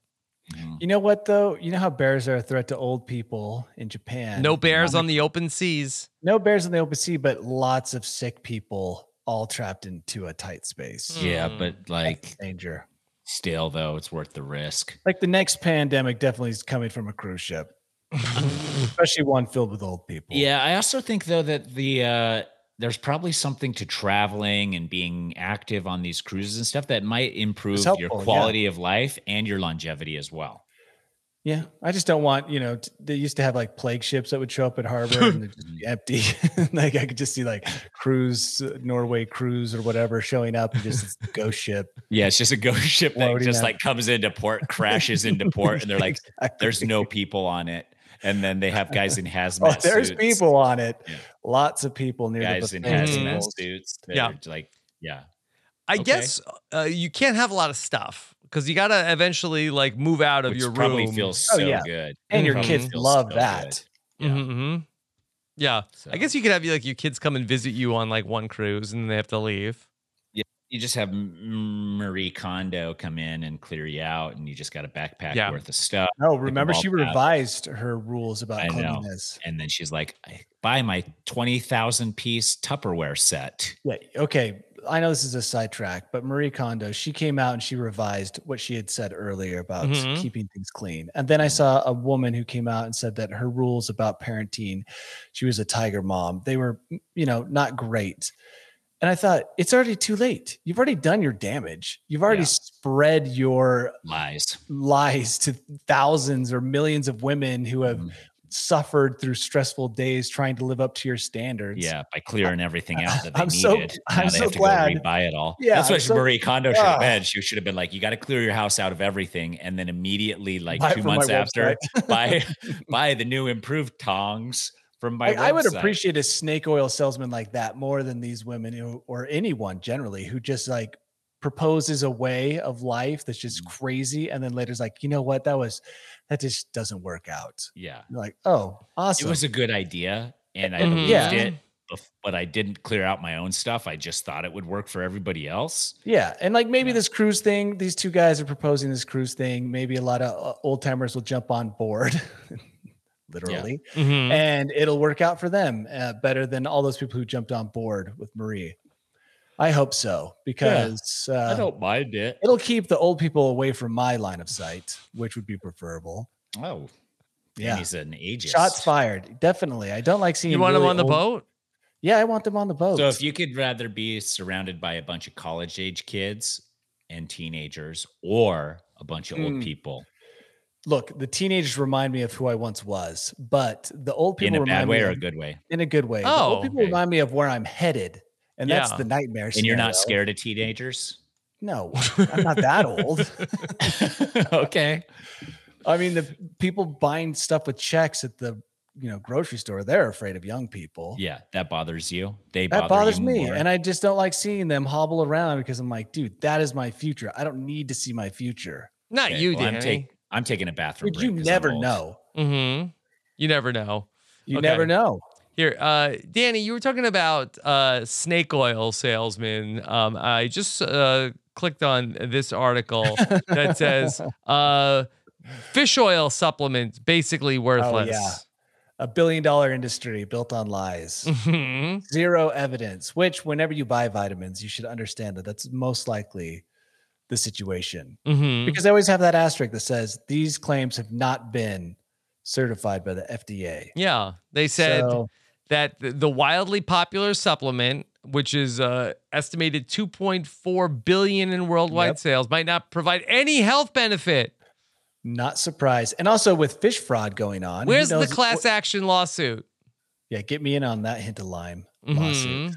Speaker 5: Mhm.
Speaker 6: You know what though? You know how bears are a threat to old people in Japan.
Speaker 1: No bears on the open seas.
Speaker 6: no bears in the open sea, but lots of sick people all trapped into a tight space.
Speaker 5: yeah,
Speaker 1: Hmm.
Speaker 5: but like
Speaker 6: Danger.
Speaker 5: still though, it's worth the risk.
Speaker 6: Like the next pandemic definitely is coming from a cruise ship, especially one filled with old people.
Speaker 5: Yeah, I also think though that the uh there's probably something to traveling and being active on these cruises and stuff that might improve your
Speaker 6: helpful, yeah.
Speaker 5: quality of life and your longevity as well.
Speaker 6: Yeah. I just don't want, you know, t- they used to have like plague ships that would show up at harbor and they'd just be empty. like I could just see like cruise, uh, Norway cruise or whatever showing up and just it's a ghost ship.
Speaker 5: Yeah, it's just a ghost ship that
Speaker 6: Floating
Speaker 5: just
Speaker 6: out.
Speaker 5: like comes into port, crashes into port, and they're like, "There's
Speaker 6: Exactly.
Speaker 5: no people on it." And then they have guys in
Speaker 6: Oh,
Speaker 5: hazmat.
Speaker 6: there's
Speaker 5: suits,
Speaker 6: people on it.
Speaker 5: Yeah.
Speaker 6: Lots of people near
Speaker 5: Guys
Speaker 6: the
Speaker 5: in
Speaker 6: buffet
Speaker 1: Mhm.
Speaker 5: hazmat
Speaker 6: tables.
Speaker 5: suits. that
Speaker 1: Yeah.
Speaker 5: are, like yeah,
Speaker 1: I
Speaker 5: Okay.
Speaker 1: guess uh, you can't have a lot of stuff because you got to eventually like move out of
Speaker 5: which
Speaker 1: your
Speaker 5: probably
Speaker 1: room.
Speaker 5: feels so
Speaker 6: Oh, yeah.
Speaker 5: good.
Speaker 6: And your
Speaker 5: Probably
Speaker 6: kids
Speaker 5: feels
Speaker 6: love
Speaker 5: Mm-hmm. so good.
Speaker 6: that.
Speaker 1: Mhm, mhm. Yeah.
Speaker 5: So
Speaker 1: I guess you could have like your kids come and visit you on like one cruise, and then they have to leave.
Speaker 5: you just have M- Marie Kondo come in and clear you out, and you just got a backpack
Speaker 1: Yeah.
Speaker 5: worth of stuff.
Speaker 6: No, Oh, remember
Speaker 5: all
Speaker 6: she
Speaker 5: bad.
Speaker 6: revised her rules about
Speaker 5: I know.
Speaker 6: cleanliness.
Speaker 5: And then she's like, I "Buy my twenty thousand piece Tupperware set."
Speaker 6: Yeah. Okay. I know this is a sidetrack, but Marie Kondo, she came out and she revised what she had said earlier about
Speaker 5: Mm-hmm.
Speaker 1: Mhm.
Speaker 6: keeping things clean. And then I saw a woman who came out and said that her rules about parenting, she was a tiger mom. They were, you know, not great. And I thought, it's already too late. You've already done your damage. You've already
Speaker 5: Yeah.
Speaker 6: spread your
Speaker 5: Lies.
Speaker 6: lies to thousands or millions of women who have
Speaker 5: Mhm.
Speaker 6: suffered through stressful days trying to live up to your standards.
Speaker 5: Yeah, by clearing everything out that they
Speaker 6: I'm so-
Speaker 5: needed.
Speaker 6: I'm
Speaker 5: now they
Speaker 6: so
Speaker 5: have to
Speaker 6: glad.
Speaker 5: go rebuy it all.
Speaker 6: Yeah,
Speaker 5: that's what
Speaker 6: I'm so-
Speaker 5: Marie Kondo should have
Speaker 6: Ah.
Speaker 5: been. She should have been like, "You got to clear your house out of everything," and then immediately, like
Speaker 6: Buy it
Speaker 5: two
Speaker 6: from my
Speaker 5: months after,
Speaker 6: website.
Speaker 5: buy buy the new improved tongs from my.
Speaker 6: Like, I would
Speaker 5: website.
Speaker 6: appreciate a snake oil salesman like that more than these women who, or anyone generally who just like proposes a way of life that's just
Speaker 5: Mm.
Speaker 6: crazy, and then later is like, you know what, that was that just doesn't work out.
Speaker 5: Yeah.
Speaker 6: You're like, oh, awesome. Mm-hmm.
Speaker 5: It was a good idea and I
Speaker 1: Mhm.
Speaker 5: believed
Speaker 6: Yeah.
Speaker 5: it, bef- but I didn't clear out my own stuff. I just thought it would work for everybody else.
Speaker 6: Yeah, and like maybe this cruise thing, these two guys are proposing this cruise thing. Maybe a lot of old timers will jump on board, literally,
Speaker 5: Hmm?
Speaker 1: Mhm.
Speaker 6: and it'll work out for them uh, better than all those people who jumped on board with Marie. I hope so because
Speaker 5: I
Speaker 6: uh,
Speaker 5: don't mind it.
Speaker 6: it'll keep the old people away from my line of sight, which would be preferable.
Speaker 5: Oh, yeah.
Speaker 6: Yeah,
Speaker 5: He's an ageist.
Speaker 6: shots fired, definitely. I don't like seeing
Speaker 1: You want him
Speaker 6: really
Speaker 1: on the
Speaker 6: old-
Speaker 1: boat?
Speaker 6: Yeah, I want them on the boat.
Speaker 5: So if you could rather be surrounded by a bunch of college age kids and teenagers or a bunch of old
Speaker 6: Mm.
Speaker 5: people
Speaker 6: Look, the teenagers remind me of who I once was, but the old people
Speaker 5: in a
Speaker 6: remind
Speaker 5: bad
Speaker 6: me
Speaker 5: way or a
Speaker 6: of-
Speaker 5: good way.
Speaker 6: in a good way. The
Speaker 1: Oh,
Speaker 6: old people
Speaker 5: okay.
Speaker 6: remind me of where I'm headed, and that's
Speaker 1: Yeah.
Speaker 6: the nightmare.
Speaker 5: And you're not
Speaker 6: scenario.
Speaker 5: scared of teenagers?
Speaker 6: No, I'm not that old.
Speaker 5: okay.
Speaker 6: I mean, the people buying stuff with checks at the you know grocery store, they're afraid of young people.
Speaker 5: Yeah, that bothers you. They
Speaker 6: That
Speaker 5: bother
Speaker 6: bothers
Speaker 5: you
Speaker 6: me,
Speaker 5: more.
Speaker 6: and I just don't like seeing them hobble around because I'm like, dude, that is my future. I don't need to see my future.
Speaker 1: Not
Speaker 5: Okay,
Speaker 1: you,
Speaker 5: well, I'm,
Speaker 1: Danny.
Speaker 5: take- I'm taking a bathroom
Speaker 6: Dude,
Speaker 5: break
Speaker 6: you
Speaker 5: 'cause I'm
Speaker 6: never
Speaker 5: old.
Speaker 6: know.
Speaker 1: Mhm. You never know.
Speaker 6: You
Speaker 1: Okay.
Speaker 6: never know.
Speaker 1: Here, uh, Danny, you were talking about uh, snake oil salesman. Um, I just uh, clicked on this article that says uh, fish oil supplement basically worthless.
Speaker 6: A billion dollar industry built on lies.
Speaker 1: Mhm.
Speaker 6: zero evidence which whenever you buy vitamins you should understand that that's most likely the situation
Speaker 1: Mhm.
Speaker 6: because i always have that asterisk that says these claims have not been certified by the fda
Speaker 1: Yeah, they said
Speaker 6: So-
Speaker 1: that th- the wildly popular supplement, which is uh, estimated 2.4 billion in worldwide
Speaker 6: Yep.
Speaker 1: sales, might not provide any health benefit.
Speaker 6: not surprised and also with fish fraud going on who
Speaker 1: Where's the
Speaker 6: knows-
Speaker 1: class action lawsuit?
Speaker 6: yeah get me in on that hint of lime lawsuit
Speaker 5: Mm-hmm.
Speaker 1: Mhm.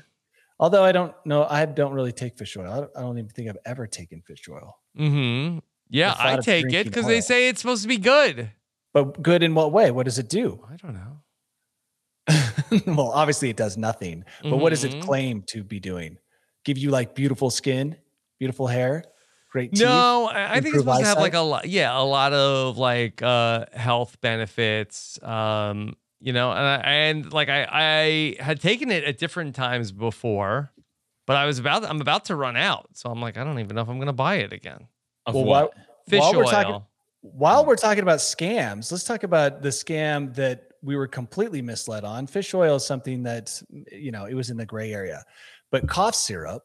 Speaker 6: although i don't know i don't really take fish oil I don't, I don't even think i've ever taken fish oil
Speaker 1: Mm-hmm. Yeah,
Speaker 6: thought
Speaker 1: I
Speaker 6: of
Speaker 1: take it
Speaker 6: drinking
Speaker 1: because they
Speaker 6: oil.
Speaker 1: say it's supposed to be good.
Speaker 6: but good in what way what does it do
Speaker 1: I don't know.
Speaker 6: well, obviously it does nothing. But what does
Speaker 5: Mm-hmm.
Speaker 6: it
Speaker 1: Mhm.
Speaker 6: claim to be doing? Give you like beautiful skin, beautiful hair, great teeth.
Speaker 1: No, I, I think it's
Speaker 6: Improve
Speaker 1: supposed to have like
Speaker 6: eyesight?
Speaker 1: a lot. Yeah, a lot of like uh, health benefits. Um, you know, and I, and like I I had taken it at different times before, but I was about I'm about to run out, so I'm like I don't even know if I'm gonna buy it again.
Speaker 5: Of
Speaker 6: Well,
Speaker 5: what? Mm.
Speaker 6: whi-
Speaker 1: Fish
Speaker 6: While
Speaker 1: oil.
Speaker 6: we're talking- while we're talking about scams, let's talk about the scam that we were completely misled on. Fish oil is something that you know it was in the gray area, but cough syrup,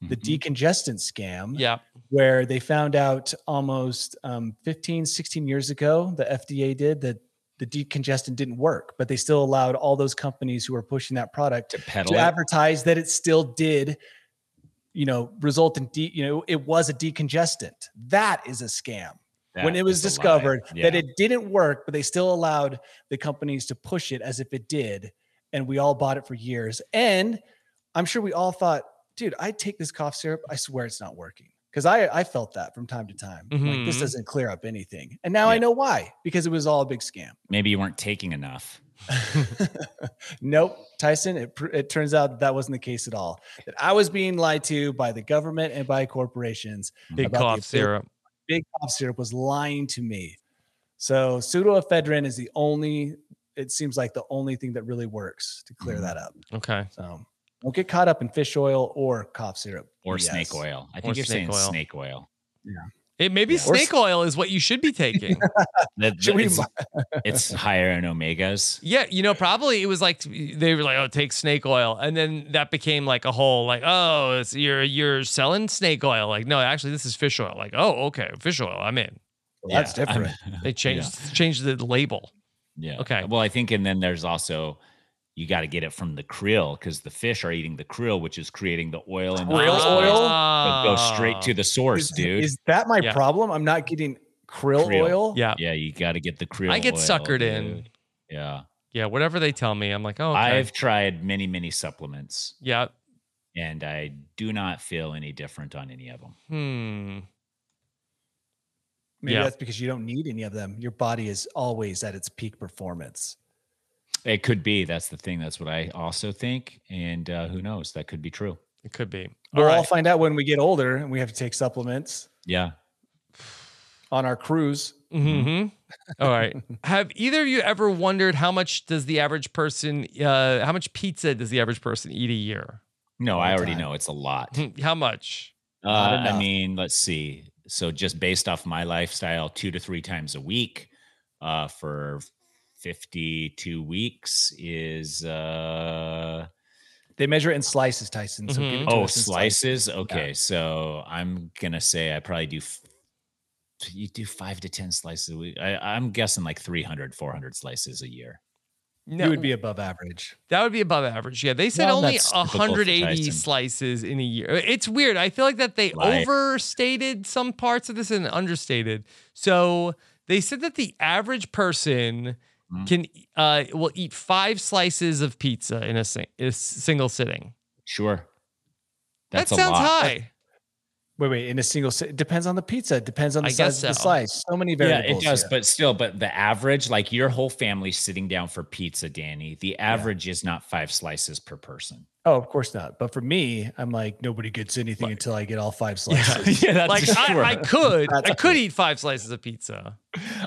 Speaker 6: the
Speaker 5: Mhm.
Speaker 6: decongestant scam,
Speaker 1: yeah.
Speaker 6: where they found out almost um, 15, 16 years ago, the FDA did that the decongestant didn't work, but they still allowed all those companies who were pushing that product
Speaker 5: to peddle
Speaker 6: to
Speaker 5: it.
Speaker 6: advertise that it still did, you know, result in, de- you know, it was a decongestant. That is a scam. when
Speaker 5: That
Speaker 6: it was
Speaker 5: is a lie.
Speaker 6: discovered that
Speaker 5: Yeah.
Speaker 6: it didn't work, but they still allowed the companies to push it as if it did. And we all bought it for years. And I'm sure we all thought, dude, I take this cough syrup. I swear it's not working. Because I, I felt that from time to time. Like this
Speaker 1: Mhm.
Speaker 6: doesn't clear up anything. And now
Speaker 5: Mm-hmm.
Speaker 6: I
Speaker 5: Yeah.
Speaker 6: know why, because it was all a big scam.
Speaker 5: maybe you weren't taking enough.
Speaker 6: Nope, Tyson. It, pr- it turns out that wasn't the case at all. That I was being lied to by the government and by corporations.
Speaker 1: Big
Speaker 6: about the
Speaker 1: cough
Speaker 6: abil-
Speaker 1: syrup.
Speaker 6: Big cough syrup was lying to me. So pseudoephedrine is the only. It seems like the only thing that really works to clear
Speaker 5: Mhm.
Speaker 6: that up.
Speaker 1: Okay.
Speaker 6: So don't get caught up in fish oil or cough syrup
Speaker 5: Or
Speaker 6: BS.
Speaker 5: snake oil. I
Speaker 1: Or
Speaker 5: think you're
Speaker 1: snake
Speaker 5: saying
Speaker 1: oil.
Speaker 5: snake oil.
Speaker 1: It maybe
Speaker 5: Yeah. Or
Speaker 1: snake oil is what you should be taking.
Speaker 5: That,
Speaker 6: Should we
Speaker 5: it's, it's higher in omegas.
Speaker 1: Yeah, you know, probably it was like they were like, "Oh, take snake oil," and then that became like a whole like, "Oh, it's, you're you're selling snake oil." Like, no, actually, this is fish oil. Like, oh, okay, fish oil. I'm in.
Speaker 6: Well, that's
Speaker 5: Yeah, I'm-
Speaker 6: different.
Speaker 1: They changed changed the label.
Speaker 5: Yeah.
Speaker 1: Okay.
Speaker 5: Well, I think, and then there's also you got to get it from the krill because the fish are eating the krill, which is creating the oil and
Speaker 6: Krill
Speaker 1: Ah.
Speaker 6: oil?
Speaker 5: Go straight to the source,
Speaker 6: Is,
Speaker 5: dude.
Speaker 6: is that my
Speaker 1: Yeah.
Speaker 6: problem? I'm not getting krill,
Speaker 5: Krill.
Speaker 6: oil.
Speaker 1: Yeah,
Speaker 5: yeah, you got to get the krill.
Speaker 1: I get
Speaker 5: oil,
Speaker 1: suckered in.
Speaker 5: dude. Yeah,
Speaker 1: yeah. Whatever they tell me, I'm like, oh, okay.
Speaker 5: I've tried many, many supplements,
Speaker 1: yeah.
Speaker 5: and I do not feel any different on any of them.
Speaker 1: Hmm.
Speaker 6: Maybe
Speaker 1: Yeah.
Speaker 6: that's because you don't need any of them. Your body is always at its peak performance.
Speaker 5: It could be. That's the thing. That's what I also think. And uh, who knows? That could be true.
Speaker 1: It could be. All
Speaker 6: We'll all
Speaker 1: right.
Speaker 6: find out when we get older and we have to take supplements
Speaker 5: Yeah.
Speaker 6: on our cruise.
Speaker 1: Mm-hmm. All right. Have either of you ever wondered how much does the average person, uh, how much pizza does the average person eat a year?
Speaker 5: No, I already
Speaker 6: time.
Speaker 5: know it's a lot.
Speaker 1: how much?
Speaker 5: Uh,
Speaker 6: Not
Speaker 5: I
Speaker 6: enough.
Speaker 5: mean, let's see. So just based off my lifestyle, two to three times a week uh, for 52 weeks is uh,
Speaker 6: They measure it in slices, Tyson. So give it
Speaker 1: Mhm.
Speaker 6: to
Speaker 5: oh
Speaker 6: us in
Speaker 5: slices. Okay, so I'm gonna say I probably do. f- You do five to ten slices a week. I, I'm guessing like 300, 400 slices a year.
Speaker 1: No,
Speaker 6: You would be above average.
Speaker 1: that would be above average. Yeah, they said
Speaker 5: Well,
Speaker 1: only
Speaker 5: that's typical for
Speaker 1: 180
Speaker 5: Tyson.
Speaker 1: slices in a year. It's weird. I feel like that they
Speaker 5: Right.
Speaker 1: overstated some parts of this and understated. So they said that the average person
Speaker 5: Mhm.
Speaker 1: can uh, will eat five slices of pizza in a, sing- in a single sitting.
Speaker 5: Sure,
Speaker 1: that sounds high.
Speaker 6: Wait, wait. In a single, si- it depends on the pizza. It depends on the
Speaker 1: I
Speaker 6: size
Speaker 1: guess
Speaker 6: of the
Speaker 1: so.
Speaker 6: slice. So many
Speaker 5: Yeah,
Speaker 6: variables.
Speaker 5: it does,
Speaker 6: here.
Speaker 5: but still, but the average, like your whole family sitting down for pizza, Danny, the average is not five slices per person.
Speaker 6: oh, of course not. But for me, I'm like nobody gets anything until I get all five slices.
Speaker 5: yeah, that's
Speaker 1: like I, I could, I
Speaker 6: That's
Speaker 1: could eat five slices of pizza.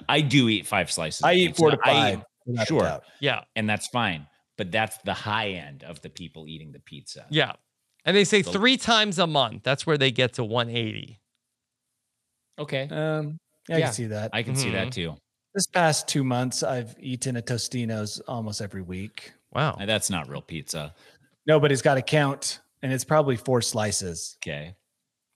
Speaker 5: I do eat five slices.
Speaker 6: I
Speaker 5: of
Speaker 6: eat four to
Speaker 5: pizza. I eat-
Speaker 6: five. without a
Speaker 5: sure.
Speaker 6: doubt.
Speaker 1: Yeah,
Speaker 5: and that's fine. But that's the high end of the people eating the pizza.
Speaker 1: yeah. And they say
Speaker 5: So-
Speaker 1: three times a month. That's where they get to 180.
Speaker 5: Okay.
Speaker 6: Um, yeah, I
Speaker 5: Yeah.
Speaker 6: can see that.
Speaker 5: I can see that
Speaker 6: Mm-hmm.
Speaker 5: too.
Speaker 6: this past two months, I've eaten a Tostino's almost every week.
Speaker 1: Wow.
Speaker 5: Uh, That's not real pizza.
Speaker 6: Nobody's got a count, and it's probably four slices.
Speaker 5: Okay.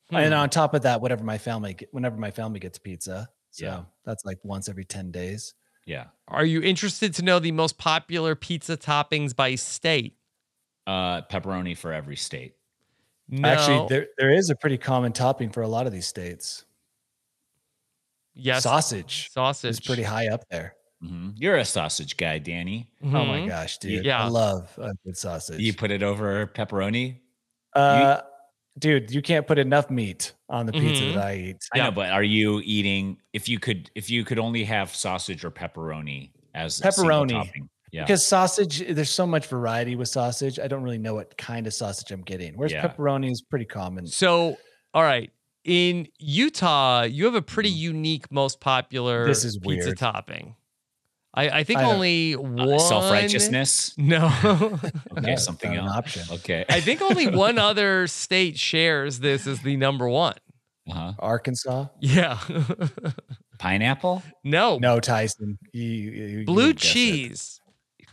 Speaker 1: Hmm.
Speaker 6: And
Speaker 5: Hmm.
Speaker 6: on top of that, whatever my family, get- whenever my family gets pizza, so
Speaker 5: Yeah.
Speaker 6: that's like once every ten days.
Speaker 5: Yeah.
Speaker 1: Are you interested to know the most popular pizza toppings by state?
Speaker 5: Uh, pepperoni for every state.
Speaker 1: No.
Speaker 6: Actually, there there is a pretty common topping for a lot of these states.
Speaker 1: yes.
Speaker 6: Sausage,
Speaker 1: Sausage.
Speaker 6: is pretty high up there.
Speaker 5: Mhm. You're a sausage guy, Danny.
Speaker 6: Oh my
Speaker 1: Mhm.
Speaker 6: gosh, dude!
Speaker 1: yeah.
Speaker 6: I love a good sausage.
Speaker 5: Mm-hmm. You put it over pepperoni.
Speaker 6: uh, dude, you can't put enough meat on the pizza
Speaker 5: Mm-hmm.
Speaker 1: Mhm.
Speaker 6: that I eat.
Speaker 5: I know, but are you eating? If you could, if you could only have sausage or pepperoni as a single
Speaker 6: Pepperoni.
Speaker 5: topping. Yeah.
Speaker 6: Because sausage, there's so much variety with sausage. I don't really know what kind of sausage I'm getting. Whereas
Speaker 5: Yeah.
Speaker 6: pepperoni is pretty common.
Speaker 1: So, all right. In Utah, you have a pretty unique, most popular
Speaker 6: This is
Speaker 1: pizza
Speaker 6: weird.
Speaker 1: topping. I, I think
Speaker 6: I don't-
Speaker 1: only one
Speaker 5: Uh, self-righteousness.
Speaker 1: No.
Speaker 5: Okay,
Speaker 6: it's
Speaker 5: something
Speaker 6: not an
Speaker 5: else.
Speaker 6: option.
Speaker 5: Okay.
Speaker 1: I think only one other state shares this as the number one.
Speaker 5: Uh-huh.
Speaker 6: Arkansas?
Speaker 1: Yeah.
Speaker 5: Pineapple? Oh.
Speaker 1: no.
Speaker 6: No, Tyson. You, you- you
Speaker 1: Blue
Speaker 6: would guess it.
Speaker 1: cheese.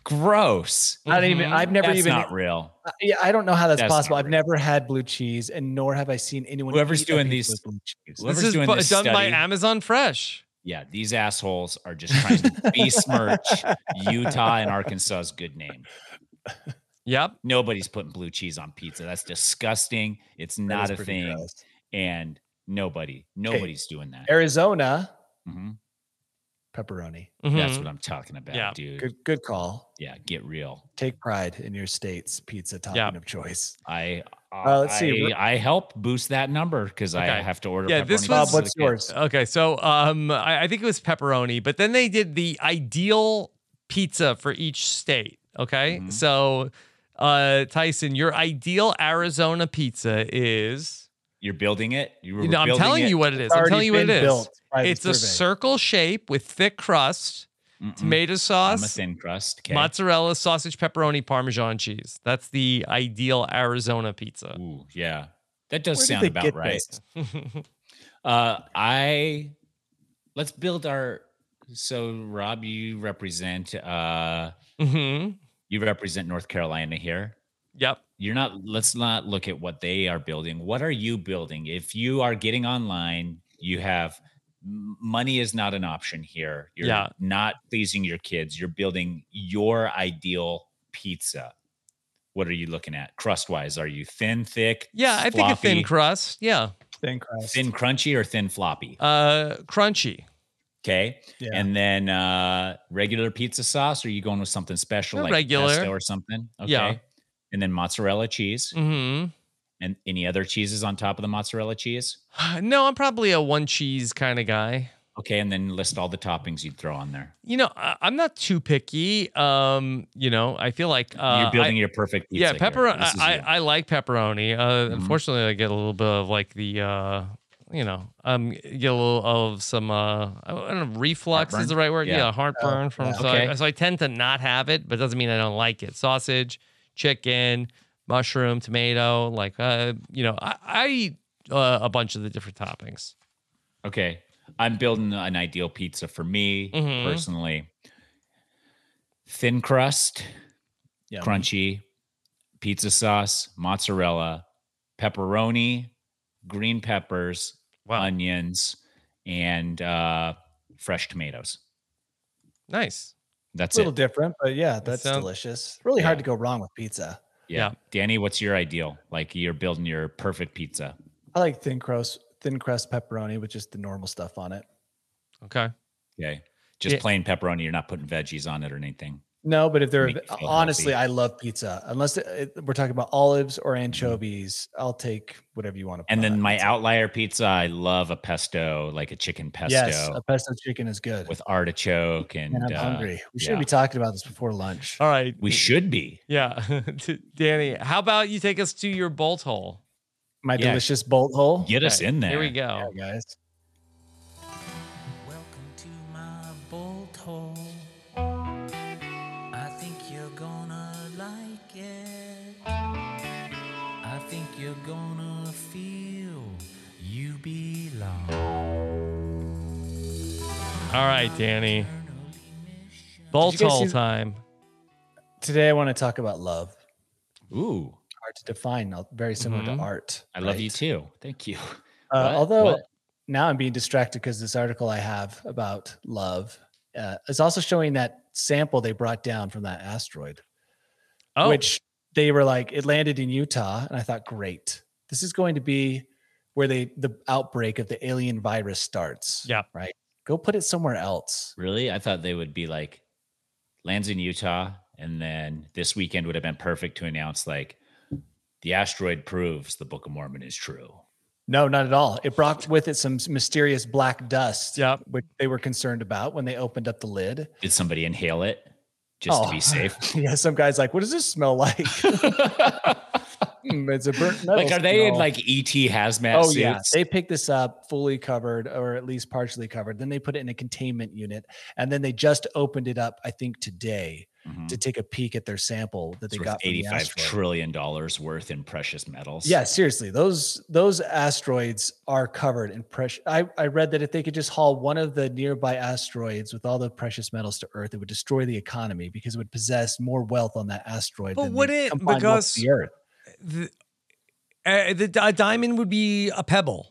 Speaker 5: Gross.
Speaker 6: I don't even.
Speaker 1: Mhm.
Speaker 6: I've never
Speaker 5: Mm-hmm. That's
Speaker 6: even.
Speaker 5: not real.
Speaker 6: yeah, I don't know how that's,
Speaker 5: That's not
Speaker 6: possible. I've
Speaker 5: real.
Speaker 6: never had blue cheese, and nor have I seen anyone.
Speaker 5: Whoever's
Speaker 6: eat a
Speaker 5: doing these-
Speaker 6: pizza with blue cheese.
Speaker 5: whoever's
Speaker 1: this is
Speaker 5: doing
Speaker 1: bu-
Speaker 5: this
Speaker 1: done by
Speaker 5: study-
Speaker 1: Amazon Fresh.
Speaker 5: Yeah, these assholes are just trying to besmirch Utah and Arkansas's good name.
Speaker 1: Yep.
Speaker 5: Nobody's putting blue cheese on pizza. That's disgusting. It's
Speaker 6: That
Speaker 5: not
Speaker 6: is
Speaker 5: a
Speaker 6: pretty
Speaker 5: thing.
Speaker 6: gross.
Speaker 5: And nobody, nobody's doing that.
Speaker 6: Arizona
Speaker 5: Mhm.
Speaker 6: pepperoni.
Speaker 5: That's
Speaker 1: Mhm.
Speaker 5: what I'm talking about,
Speaker 1: Yeah.
Speaker 5: dude.
Speaker 6: Good, good call.
Speaker 5: Yeah, get real.
Speaker 6: Take pride in your state's pizza topping
Speaker 1: Yeah.
Speaker 6: of choice.
Speaker 5: I
Speaker 6: Uh, let's
Speaker 5: I,
Speaker 6: see.
Speaker 5: I help boost that number because I
Speaker 1: Okay.
Speaker 5: have to order.
Speaker 1: Yeah, this was-
Speaker 5: pepperoni
Speaker 6: Bob,
Speaker 5: pizza to
Speaker 6: what's
Speaker 5: the kids.
Speaker 6: yours?
Speaker 1: Okay, so um, I, I think it was pepperoni, but then they did the ideal pizza for each state. Okay,
Speaker 6: Mm-hmm.
Speaker 5: Mhm.
Speaker 1: so uh, Tyson, your ideal Arizona pizza is.
Speaker 5: You're building it. You were
Speaker 1: No, I'm
Speaker 5: building
Speaker 1: telling
Speaker 5: it?
Speaker 1: you what it is.
Speaker 6: Already
Speaker 1: I'm telling you what it
Speaker 6: been
Speaker 1: is.
Speaker 6: built by the
Speaker 1: It's a
Speaker 6: survey. Mm-hmm.
Speaker 1: circle shape with thick crust,
Speaker 5: Mm-mm.
Speaker 1: tomato
Speaker 5: I'm a
Speaker 1: sauce,
Speaker 5: thin crust. 'kay?
Speaker 1: mozzarella, sausage, pepperoni, parmesan cheese. That's the ideal Arizona pizza.
Speaker 5: Ooh, yeah. That does
Speaker 6: Where did
Speaker 5: sound
Speaker 6: they
Speaker 5: about
Speaker 6: get
Speaker 5: right.
Speaker 6: this?
Speaker 5: Uh, I let's build our. So, Rob, you represent uh,
Speaker 1: hmm
Speaker 5: you represent North Carolina here.
Speaker 1: Yep.
Speaker 5: You're not. Let's not look at what they are building. What are you building? If you are getting online, you have m- money is not an option here. You're
Speaker 1: Yeah.
Speaker 5: not pleasing your kids. You're building your ideal pizza. What are you looking at crust wise? Are you thin, thick?
Speaker 1: Yeah, I think a
Speaker 5: floppy?
Speaker 1: thin crust. Yeah.
Speaker 6: Thin crust.
Speaker 5: thin crunchy or thin floppy
Speaker 1: Uh, crunchy.
Speaker 5: okay
Speaker 6: Yeah.
Speaker 5: and then uh regular pizza sauce or are you going with something special
Speaker 1: Uh,
Speaker 5: like
Speaker 1: regular.
Speaker 5: pesto or something okay
Speaker 1: Yeah.
Speaker 5: and then mozzarella cheese
Speaker 1: hmm
Speaker 5: and any other cheeses on top of the mozzarella cheese
Speaker 1: No, I'm probably a one cheese kind of guy.
Speaker 5: Okay, and then list all the toppings you'd throw on there.
Speaker 1: You know, I, I'm not too picky. Um, you know, I feel like uh,
Speaker 5: You're
Speaker 1: I-
Speaker 5: building your perfect pizza.
Speaker 1: yeah,
Speaker 5: here.
Speaker 1: pepperoni.
Speaker 5: This is
Speaker 1: I,
Speaker 5: you.
Speaker 1: I like pepperoni. Uh,
Speaker 5: Mhm.
Speaker 1: Unfortunately, I get a little bit of like the, uh, you know, um, get a little of some. Uh, I don't know, reflux is
Speaker 5: Heartburn?
Speaker 1: the right word. Yeah,
Speaker 5: Yeah.
Speaker 1: heartburn from.
Speaker 6: yeah.
Speaker 1: So, I,
Speaker 5: Okay.
Speaker 1: so I tend to not have it, but doesn't mean I don't like it. Sausage, chicken, mushroom, tomato. Like, uh, you know, I, I eat uh, a bunch of the different toppings.
Speaker 5: Okay. I'm building an ideal pizza for me
Speaker 1: Mhm.
Speaker 5: personally. Thin crust,
Speaker 6: Yeah.
Speaker 5: crunchy, pizza sauce, mozzarella, pepperoni, green peppers,
Speaker 1: Wow.
Speaker 5: onions, and uh, fresh tomatoes.
Speaker 1: Nice.
Speaker 5: That's
Speaker 6: a little
Speaker 5: it.
Speaker 6: different, but yeah, that's
Speaker 1: sounds-
Speaker 6: delicious. Really hard to go wrong with pizza.
Speaker 5: Yeah.
Speaker 1: yeah.
Speaker 5: Danny, what's your ideal? Like you're building your perfect pizza.
Speaker 6: I like thin crust, thin crust pepperoni with just the normal stuff on it.
Speaker 1: Okay.
Speaker 5: Okay. Just
Speaker 1: Yeah.
Speaker 5: plain pepperoni. You're not putting veggies on it or anything.
Speaker 6: No, but if they're
Speaker 5: Make it feel
Speaker 6: honestly,
Speaker 5: healthy. Mm-hmm.
Speaker 6: I love pizza. Unless it, it- we're talking about olives or anchovies, I'll take whatever you want to. Put
Speaker 5: And
Speaker 6: on
Speaker 5: then
Speaker 6: that
Speaker 5: my
Speaker 6: pizza.
Speaker 5: outlier pizza, I love a pesto, like a chicken pesto.
Speaker 6: yes, a pesto chicken is good.
Speaker 5: with artichoke and,
Speaker 6: and
Speaker 5: uh,
Speaker 6: I'm hungry. We should
Speaker 5: yeah.
Speaker 6: be talking about this before lunch.
Speaker 1: All right.
Speaker 5: we should be
Speaker 1: Yeah. D- Danny, how about you take us to your bolt hole?
Speaker 6: My
Speaker 5: yeah.
Speaker 6: delicious bolt hole.
Speaker 5: get us
Speaker 1: Okay,
Speaker 5: in there
Speaker 1: Here we go.
Speaker 6: Yeah, guys.
Speaker 3: Welcome to my bolt hole. I think you're gonna like it. I think you're gonna feel you belong.
Speaker 1: All right, Danny. Bolt
Speaker 6: Did you guys
Speaker 1: hole
Speaker 6: see-
Speaker 1: time.
Speaker 6: Today I want to talk about love.
Speaker 5: ooh
Speaker 6: Hard to define. uh, Very similar
Speaker 1: Mhm.
Speaker 6: to art.
Speaker 5: Mm-hmm. i love
Speaker 6: right?
Speaker 5: you too thank you
Speaker 6: Uh,
Speaker 5: What?
Speaker 6: although
Speaker 5: What?
Speaker 6: now I'm being distracted because this article I have about love uh, is also showing that sample they brought down from that asteroid,
Speaker 1: Oh,
Speaker 6: which they were like, it landed in Utah. And I thought, great. This is going to be where they the outbreak of the alien virus starts.
Speaker 1: Yeah.
Speaker 6: Right. Go put it somewhere else.
Speaker 5: really i thought they would be like lands in utah and then this weekend would have been perfect to announce like the asteroid proves the book of mormon is true
Speaker 6: No, not at all. It brought with it some mysterious black dust,
Speaker 1: Yep.
Speaker 6: which they were concerned about when they opened up the lid.
Speaker 5: did somebody inhale it just to
Speaker 6: Oh.
Speaker 5: be safe
Speaker 6: yeah, some guy's like, "What does this smell like?" Hmm, it's a burnt metal.
Speaker 5: like are they in
Speaker 6: smell.
Speaker 5: like et hazmat
Speaker 6: Oh
Speaker 5: suits
Speaker 6: yeah, they pick this up fully covered or at least partially covered. Then they put it in a containment unit, and then they just opened it up. I think today
Speaker 5: Mhm.
Speaker 6: to take a peek at their sample that
Speaker 5: it's
Speaker 6: they
Speaker 5: worth
Speaker 6: got from the
Speaker 5: 85
Speaker 6: asteroid.
Speaker 5: trillion dollars worth in precious metals
Speaker 6: Yeah, seriously, those those asteroids are covered in precious. I I read that if they could just haul one of the nearby asteroids with all the precious metals to Earth, it would destroy the economy because it would possess more wealth on that asteroid.
Speaker 1: But
Speaker 6: than the
Speaker 1: would it?
Speaker 6: combined wealth of
Speaker 1: Because-
Speaker 6: the Earth.
Speaker 1: the, uh, the a diamond would be a pebble.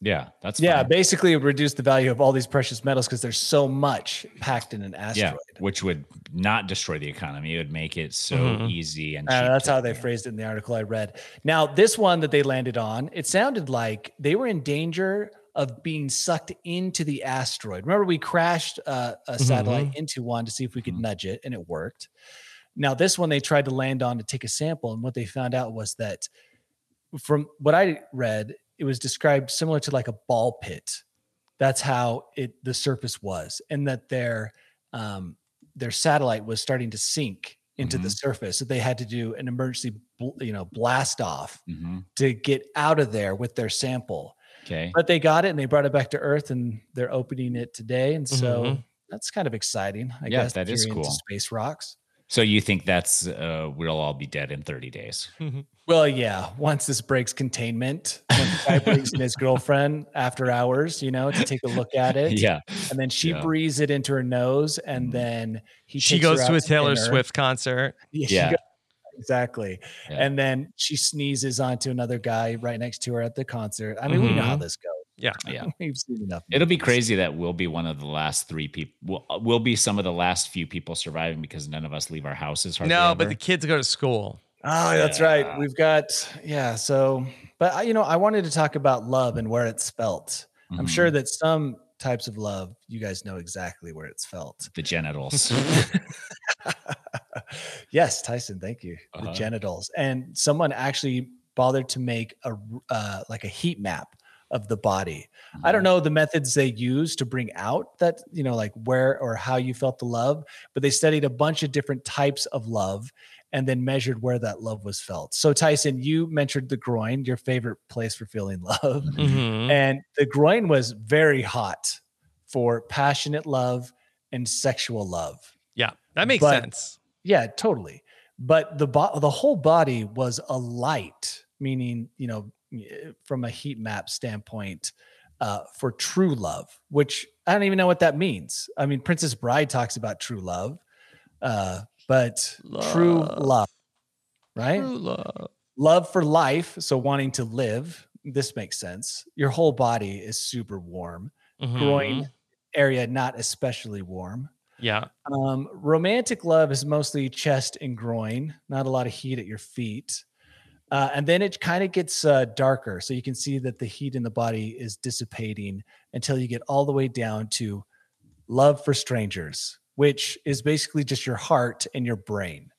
Speaker 5: yeah that's
Speaker 6: Yeah,
Speaker 5: fine.
Speaker 6: basically, it would reduce the value of all these precious metals because there's so much packed in an asteroid.
Speaker 5: Yeah, which would not destroy the economy. It would make it so
Speaker 1: Mhm.
Speaker 5: easy and cheap.
Speaker 6: Uh, that's
Speaker 5: to-
Speaker 6: how they phrased it in the article I read. Now, this one that they landed on, it sounded like they were in danger of being sucked into the asteroid. Remember, we crashed uh, a satellite into one to see if we could
Speaker 5: Mhm.
Speaker 6: nudge it, and it worked. Now, this one they tried to land on to take a sample, and what they found out was that from what I read, it was described similar to like a ball pit. That's how it the surface was, and that their um, their satellite was starting to sink into the
Speaker 5: Mm-hmm.
Speaker 6: surface. So they had to do an emergency, bl- you know, blast off
Speaker 5: Mhm.
Speaker 6: to get out of there with their sample.
Speaker 5: Okay.
Speaker 6: But they got it and they brought it back to Earth, and they're opening it today. And so
Speaker 1: Mhm.
Speaker 6: that's kind of exciting. I
Speaker 5: Mm-hmm. Yeah,
Speaker 6: guess
Speaker 5: that
Speaker 6: if you're
Speaker 5: is
Speaker 6: into
Speaker 5: cool.
Speaker 6: Space rocks.
Speaker 5: So you think that's uh, we'll all be dead in 30 days?
Speaker 6: Well, yeah. Once this breaks containment, once the guy brings in his girlfriend after hours, you know, to take a look at it,
Speaker 5: yeah.
Speaker 6: and then she
Speaker 5: yeah. breathes
Speaker 6: breathes it into her nose, and
Speaker 5: Mhm.
Speaker 6: then he
Speaker 1: Mm-hmm. She
Speaker 6: takes her
Speaker 1: goes
Speaker 6: out
Speaker 1: to a Taylor
Speaker 6: dinner.
Speaker 1: Swift concert.
Speaker 6: Yeah, she
Speaker 5: Yeah.
Speaker 6: goes- exactly.
Speaker 5: Yeah.
Speaker 6: And then she sneezes onto another guy right next to her at the concert. I mean, we know how
Speaker 1: Mhm.
Speaker 6: this goes.
Speaker 1: Yeah.
Speaker 5: Yeah.
Speaker 6: We've seen enough.
Speaker 5: It'll be crazy that we'll be one of the last three people. We'll, uh, we'll be some of the last few people surviving because none of us leave our houses. hardly
Speaker 1: No, but
Speaker 5: ever.
Speaker 1: the kids go to school.
Speaker 6: Oh, that's
Speaker 5: Yeah.
Speaker 6: right. We've got yeah. So, but I, you know, I wanted to talk about love and where it's felt. I'm
Speaker 5: Mhm.
Speaker 6: sure
Speaker 1: Mm-hmm.
Speaker 6: that some types of love, you guys know exactly where it's felt.
Speaker 5: the genitals.
Speaker 6: yes, Tyson, thank you. The
Speaker 5: Uh-huh.
Speaker 6: genitals. And someone actually bothered to make a r- uh, like a heat map of the body. I don't know the methods they use to bring out that, you know, like where or how you felt the love, but they studied a bunch of different types of love and then measured where that love was felt. So, Tyson, you mentioned the groin, your favorite place for feeling love.
Speaker 1: Mhm.
Speaker 6: And the groin was very hot for passionate love and sexual love.
Speaker 1: Yeah, that makes
Speaker 6: But-
Speaker 1: sense.
Speaker 6: Yeah, totally. But the bo- the whole body was alight, meaning you know, eh, from a heat map standpoint, uh, for true love, which I don't even know what that means. I mean, Princess Bride talks about true love, uh, but true love, right?
Speaker 1: True love.
Speaker 6: love for life, so wanting to live. This makes sense. Your whole body is super warm.
Speaker 1: Mhm.
Speaker 6: Groin area not especially warm.
Speaker 1: Yeah.
Speaker 6: Um, romantic love is mostly chest and groin, not a lot of heat at your feet. Uh, and then it kind of gets uh, darker. So you can see that the heat in the body is dissipating until you get all the way down to love for strangers, which is basically just your heart and your brain.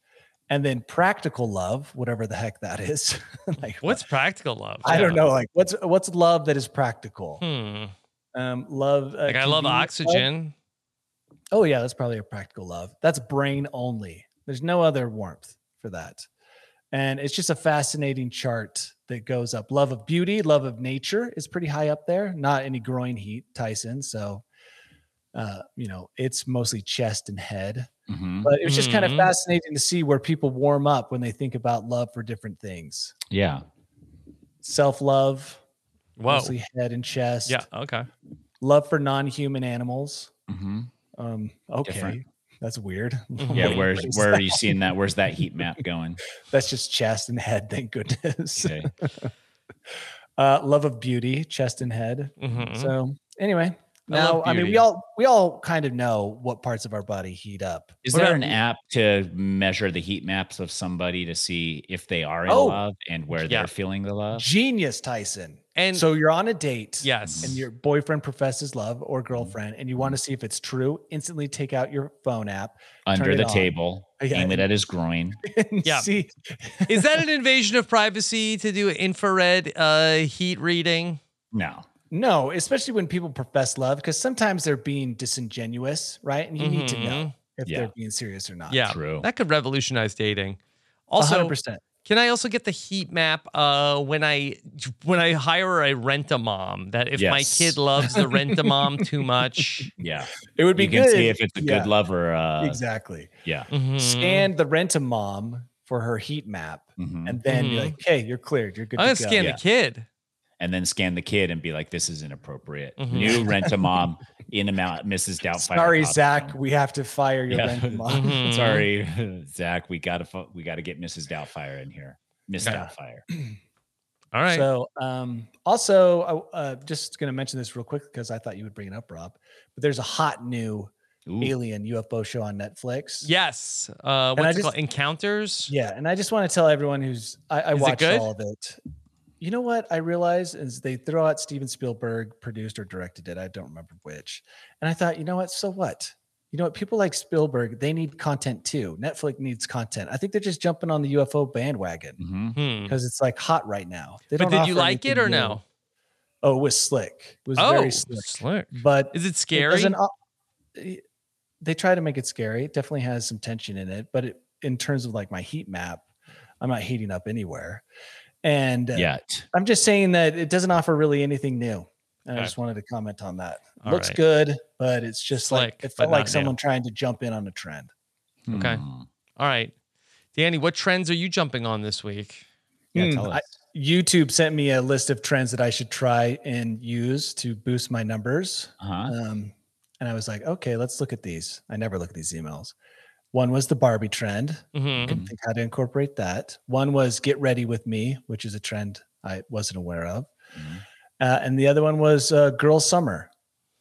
Speaker 6: And then practical love, whatever the heck that is. like
Speaker 1: What's practical love?
Speaker 6: I don't
Speaker 1: Yeah.
Speaker 6: know. Like what's what's love that is practical?
Speaker 1: Hmm.
Speaker 6: Um, love. uh,
Speaker 1: Like I love
Speaker 6: convenient love?
Speaker 1: oxygen.
Speaker 6: Oh yeah, that's probably a practical love. That's brain only. There's no other warmth for that. And it's just a fascinating chart that goes up. Love of beauty, love of nature is pretty high up there. Not any groin heat, Tyson. So uh, you know, it's mostly chest and head.
Speaker 5: Mhm.
Speaker 6: But it was just kind of
Speaker 1: Mhm.
Speaker 6: fascinating to see where people warm up when they think about love for different things.
Speaker 5: Yeah.
Speaker 6: Self-love,
Speaker 1: Whoa.
Speaker 6: mostly head and chest.
Speaker 1: Yeah. Okay.
Speaker 6: Love for non-human animals.
Speaker 5: hmm
Speaker 6: Um, okay.
Speaker 5: Different.
Speaker 6: That's weird.
Speaker 5: Yeah.
Speaker 1: Wait,
Speaker 5: Where's
Speaker 6: What is
Speaker 5: where are you seeing that? Where's that heat map going?
Speaker 6: That's just chest and head, thank goodness.
Speaker 5: Okay.
Speaker 6: Uh, love of beauty, chest and head.
Speaker 1: Mhm.
Speaker 6: So anyway,
Speaker 1: love
Speaker 6: now I, mean we
Speaker 1: beauty.
Speaker 6: all we all kind of know what parts of our body heat up.
Speaker 5: Is
Speaker 1: What
Speaker 5: there
Speaker 1: about
Speaker 5: an app to measure the heat maps of somebody to see if they are in
Speaker 6: Oh.
Speaker 5: love and where
Speaker 1: Yeah.
Speaker 5: they're feeling the love?
Speaker 6: Genius, Tyson.
Speaker 1: And
Speaker 6: so you're on a date,
Speaker 1: yes. Mm-hmm.
Speaker 6: and your boyfriend professes love or girlfriend, and you want to see if it's true. Instantly take out your phone app
Speaker 5: Under
Speaker 6: it
Speaker 5: the
Speaker 6: on.
Speaker 5: table,
Speaker 6: Yeah.
Speaker 5: aim it at his groin.
Speaker 6: and
Speaker 1: Yeah.
Speaker 6: see.
Speaker 1: Is that an invasion of privacy to do infrared uh, heat reading?
Speaker 5: No.
Speaker 6: No, especially when people profess love, because sometimes they're being disingenuous, right? And you need to know if
Speaker 5: Yeah.
Speaker 6: they're being serious or not.
Speaker 1: Mm-hmm. Yeah.
Speaker 5: True.
Speaker 1: That could revolutionize dating.
Speaker 6: also,
Speaker 1: Also,
Speaker 6: 100%.
Speaker 1: Can I also get the heat map uh, when I when I hire a rent a mom? That if my
Speaker 5: Yes.
Speaker 1: kid loves the rent a mom too much,
Speaker 5: Yeah.
Speaker 6: It would
Speaker 5: You can see if it's a
Speaker 6: Yeah.
Speaker 5: good lover. Uh,
Speaker 6: exactly.
Speaker 5: Yeah.
Speaker 1: Mhm.
Speaker 6: Scan the rent a mom for her heat map,
Speaker 5: Mhm.
Speaker 6: and then be
Speaker 1: Mhm.
Speaker 6: like, "Hey, you're cleared. You're good."
Speaker 1: I'm gonna
Speaker 6: to go.
Speaker 1: scan
Speaker 5: Yeah.
Speaker 1: the kid.
Speaker 5: and then scan the kid and be like, "This is inappropriate."
Speaker 1: Mhm.
Speaker 5: New rent a mom in and out, Mrs. Doubtfire.
Speaker 6: Sorry,
Speaker 5: costume.
Speaker 6: Zach, we have to fire your
Speaker 5: Yeah.
Speaker 6: rent a mom.
Speaker 1: Mhm.
Speaker 5: Sorry, Zach. We gotta fu- we gotta get Mrs. Doubtfire in here. Miss
Speaker 1: Yeah.
Speaker 5: Doubtfire.
Speaker 1: All right.
Speaker 6: So, um, also, I- uh, just going to mention this real quick because I thought you would bring it up, Rob. But there's a hot new
Speaker 5: Ooh.
Speaker 6: alien UFO show on Netflix.
Speaker 1: yes. Uh,
Speaker 6: I
Speaker 1: what's it
Speaker 6: just-
Speaker 1: called? Encounters.
Speaker 6: Yeah, and I just want to tell everyone who's I, I
Speaker 1: Is it
Speaker 6: watched
Speaker 1: good?
Speaker 6: all of it. You know what I realized is they throw out Steven Spielberg produced or directed it. I don't remember which. And I thought, you know what? So what? You know what? People like Spielberg, they need content too. Netflix needs content. I think they're just jumping on the UFO bandwagon
Speaker 5: Mhm.
Speaker 1: Hmm.
Speaker 6: because it's like hot right now. They
Speaker 1: But
Speaker 6: don't
Speaker 1: did you
Speaker 6: offer
Speaker 1: like it
Speaker 6: anything
Speaker 1: or
Speaker 6: new.
Speaker 1: no?
Speaker 6: Oh, it was slick. It was
Speaker 1: Oh,
Speaker 6: very slick.
Speaker 1: slick.
Speaker 6: But
Speaker 1: Is it
Speaker 6: it
Speaker 1: scary?
Speaker 6: doesn't al- it- they try to make it scary. It definitely has some tension in it, but it, in terms of like my heat map, I'm not heating up anywhere. And uh,
Speaker 5: Yet.
Speaker 6: I'm just saying that it doesn't offer really anything new. And I
Speaker 1: Okay.
Speaker 6: just wanted to comment on that.
Speaker 1: All
Speaker 6: Looks
Speaker 1: right.
Speaker 6: good, but it's just
Speaker 1: Slick,
Speaker 6: like it
Speaker 1: but
Speaker 6: felt like
Speaker 1: not new.
Speaker 6: someone trying to jump in on a trend.
Speaker 1: Okay.
Speaker 5: Hmm.
Speaker 1: All right. Danny, what trends are you jumping on this week?
Speaker 5: Yeah,
Speaker 6: Hmm,
Speaker 5: tell
Speaker 6: I-
Speaker 5: us.
Speaker 6: YouTube sent me a list of trends that I should try and use to boost my numbers.
Speaker 5: Uh-huh.
Speaker 6: Um, and I was like, okay, let's look at these. I never look at these emails. One was the Barbie trend.
Speaker 1: Mhm.
Speaker 5: Mm.
Speaker 6: Couldn't think how to incorporate that. One was get ready with me, which is a trend I wasn't aware of.
Speaker 5: Mhm.
Speaker 6: Uh, and the other one was uh, girl summer.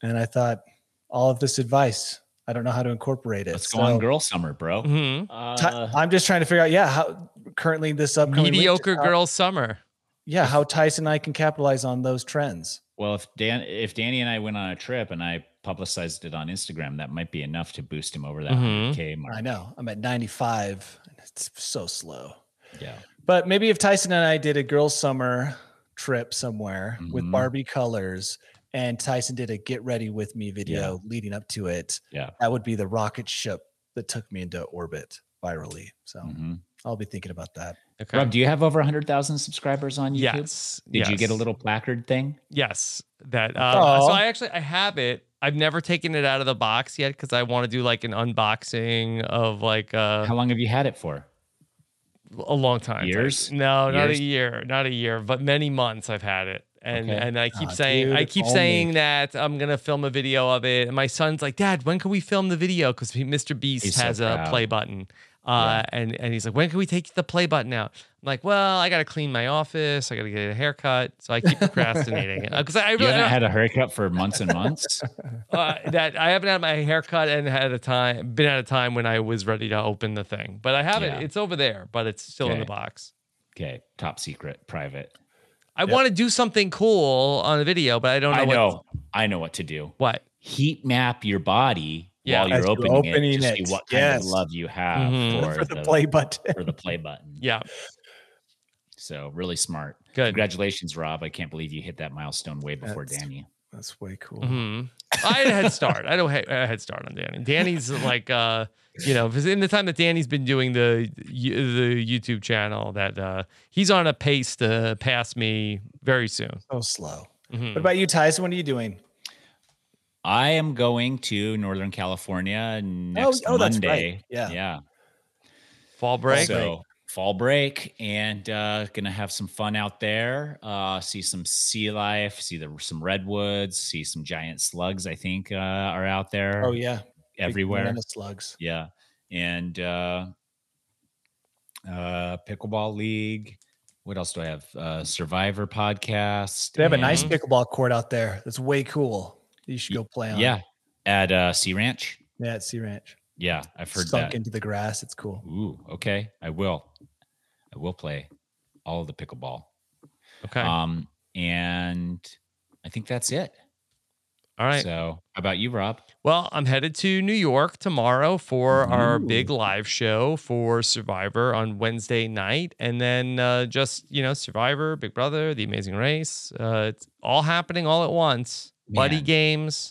Speaker 6: And I thought, all of this advice, I don't know how to incorporate it.
Speaker 5: Let's go on
Speaker 6: So,
Speaker 5: girl summer, bro.
Speaker 1: Mhm.
Speaker 6: ti-
Speaker 5: Uh,
Speaker 6: I'm just trying to figure out, yeah, how currently this upcoming week,
Speaker 1: Mediocre
Speaker 5: uh,
Speaker 6: how-
Speaker 1: girl summer.
Speaker 6: yeah, how Tyson and I can capitalize on those trends.
Speaker 5: well, if Dan, if Danny and I went on a trip and I publicized it on Instagram, that might be enough to boost him over that
Speaker 1: Mhm.
Speaker 5: 100k mark.
Speaker 6: I know I'm at 95, and it's so slow.
Speaker 5: Yeah.
Speaker 6: But maybe if Tyson and I did a girls' summer trip somewhere with
Speaker 5: Mhm.
Speaker 6: Barbie colors and Tyson did a get ready with me video leading up to it,
Speaker 5: Yeah.
Speaker 6: that would be the rocket ship that took me into orbit virally. So
Speaker 5: Mhm.
Speaker 6: I'll be thinking about that.
Speaker 1: Okay.
Speaker 5: Rob, do you have over 100,000 subscribers on YouTube?
Speaker 1: yes.
Speaker 5: Did you get a
Speaker 1: yes.
Speaker 5: little placard thing?
Speaker 1: Yes, that. Uh,
Speaker 6: Oh.
Speaker 1: So I actually I have it. I've never taken it out of the box yet because I want to do like an unboxing of like uh,
Speaker 5: How long have you had it for?
Speaker 1: a long time.
Speaker 5: Years?
Speaker 1: No, not a
Speaker 5: Years?
Speaker 1: year, not a year, but many months I've had it. And
Speaker 5: Okay.
Speaker 1: and I keep
Speaker 6: Ah,
Speaker 1: saying I
Speaker 6: dude,
Speaker 1: keep
Speaker 6: only.
Speaker 1: saying that I'm gonna film a video of it. And my son's like, Dad, when can we film the video? Because Mr. Beast
Speaker 5: He's so
Speaker 1: has a
Speaker 5: proud.
Speaker 1: play button. Uh, and, and he's like, when can we take the play button out? I'm like, well, I gotta clean my office, I gotta get a haircut, so I keep procrastinating because I
Speaker 5: You
Speaker 1: really
Speaker 5: haven't had a haircut for months and months.
Speaker 1: uh, that I haven't had my haircut and had a time been at a time when I was ready to open the thing, but I have
Speaker 5: Yeah.
Speaker 1: it. It's over there, but it's still in the
Speaker 5: Okay.
Speaker 1: box.
Speaker 5: okay, top secret, private.
Speaker 1: I want to do something cool on the video, but I don't know.
Speaker 5: I
Speaker 1: what,
Speaker 5: know, I know what to do.
Speaker 1: what.
Speaker 5: Heat map your body
Speaker 1: Yeah.
Speaker 5: while you're
Speaker 6: As you're
Speaker 5: opening,
Speaker 6: opening
Speaker 5: it to
Speaker 6: it,
Speaker 5: see what kind
Speaker 6: yes.
Speaker 5: of love you have
Speaker 1: Mhm.
Speaker 5: for,
Speaker 6: For
Speaker 5: the,
Speaker 6: the play button.
Speaker 5: for the play button.
Speaker 1: Yeah,
Speaker 5: So really smart.
Speaker 1: good.
Speaker 5: Congratulations, Rob. I can't believe you hit that milestone way before
Speaker 6: That's-
Speaker 5: Danny.
Speaker 6: That's way cool.
Speaker 1: Mhm. I had a head start. I don't ha- a head start on Danny. Danny's like, uh, you know, 'cause in the time that Danny's been doing the the YouTube channel, that uh, he's on a pace to pass me very soon.
Speaker 6: So slow.
Speaker 1: Mhm.
Speaker 5: Mm-hmm.
Speaker 6: What about you, Tyson? What are you doing? Oh,
Speaker 5: I am going to Northern California next
Speaker 6: oh, that's
Speaker 5: Monday.
Speaker 6: right. Yeah.
Speaker 5: Yeah.
Speaker 1: Fall break.
Speaker 5: So fall break and uh, gonna have some fun out there. Uh, see some sea life, see the some redwoods, see some giant slugs. I think uh, are out there
Speaker 6: Oh yeah. Big
Speaker 5: everywhere.
Speaker 6: banana slugs.
Speaker 5: Yeah, and uh, uh, pickleball league. What else do I have? Uh, Survivor podcast.
Speaker 6: They have a nice
Speaker 5: and-
Speaker 6: pickleball court out there. That's way cool. You should
Speaker 5: Mm-hmm. Y-
Speaker 6: go play on.
Speaker 5: Yeah, at uh, Sea Ranch.
Speaker 6: Yeah, at Sea Ranch.
Speaker 5: Yeah, I've heard
Speaker 6: Sunk
Speaker 5: that.
Speaker 6: into the grass. It's cool.
Speaker 5: Ooh, okay. I will. I will play all of the pickleball.
Speaker 1: okay.
Speaker 5: Um, and I think that's it.
Speaker 1: All right.
Speaker 5: So, how about you, Rob?
Speaker 1: Well, I'm headed to New York tomorrow for our big live show for Survivor on Wednesday night. And then uh, just, you know, Survivor, Big Brother, The Amazing Race. Uh, it's all happening all at once. Buddy
Speaker 5: Man.
Speaker 1: games.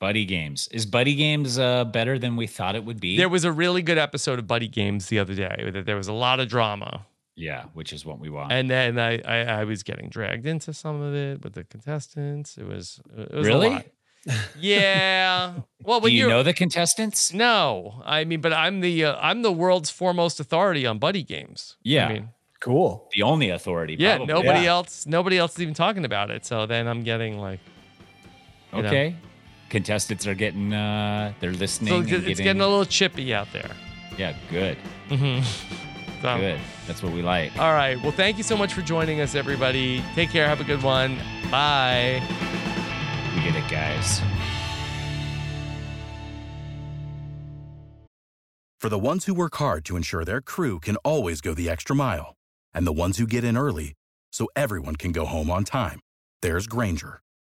Speaker 5: Buddy Games is Buddy Games uh, better than we thought it would be?
Speaker 1: There was a really good episode of Buddy Games the other day that there was a lot of drama.
Speaker 5: yeah, which is what we want.
Speaker 1: And then I, I, I was getting dragged into some of it with the contestants. It was, it was a
Speaker 5: Really?
Speaker 1: lot. Yeah. Well,
Speaker 5: Do
Speaker 1: when
Speaker 5: you
Speaker 1: are
Speaker 5: know the contestants?
Speaker 1: No, I mean, but I'm the uh, I'm the world's foremost authority on buddy games.
Speaker 5: Yeah.
Speaker 1: I mean,
Speaker 6: Cool.
Speaker 5: The only authority.
Speaker 1: yeah.
Speaker 5: probably.
Speaker 1: Nobody
Speaker 6: Yeah.
Speaker 1: else, nobody else is even talking about it. So then I'm getting like, you know.
Speaker 5: Okay. Contestants are getting. uh They're listening.
Speaker 1: so
Speaker 5: and
Speaker 1: it's it's getting a little chippy out there.
Speaker 5: yeah, good,
Speaker 1: hmm So,
Speaker 5: good. That's what we like.
Speaker 1: all right. Well, thank you so much for joining us, everybody. Take care. Have a good one. Bye.
Speaker 5: We get it, guys.
Speaker 7: For the ones who work hard to ensure their crew can always go the extra mile, and the ones who get in early so everyone can go home on time, there's Granger,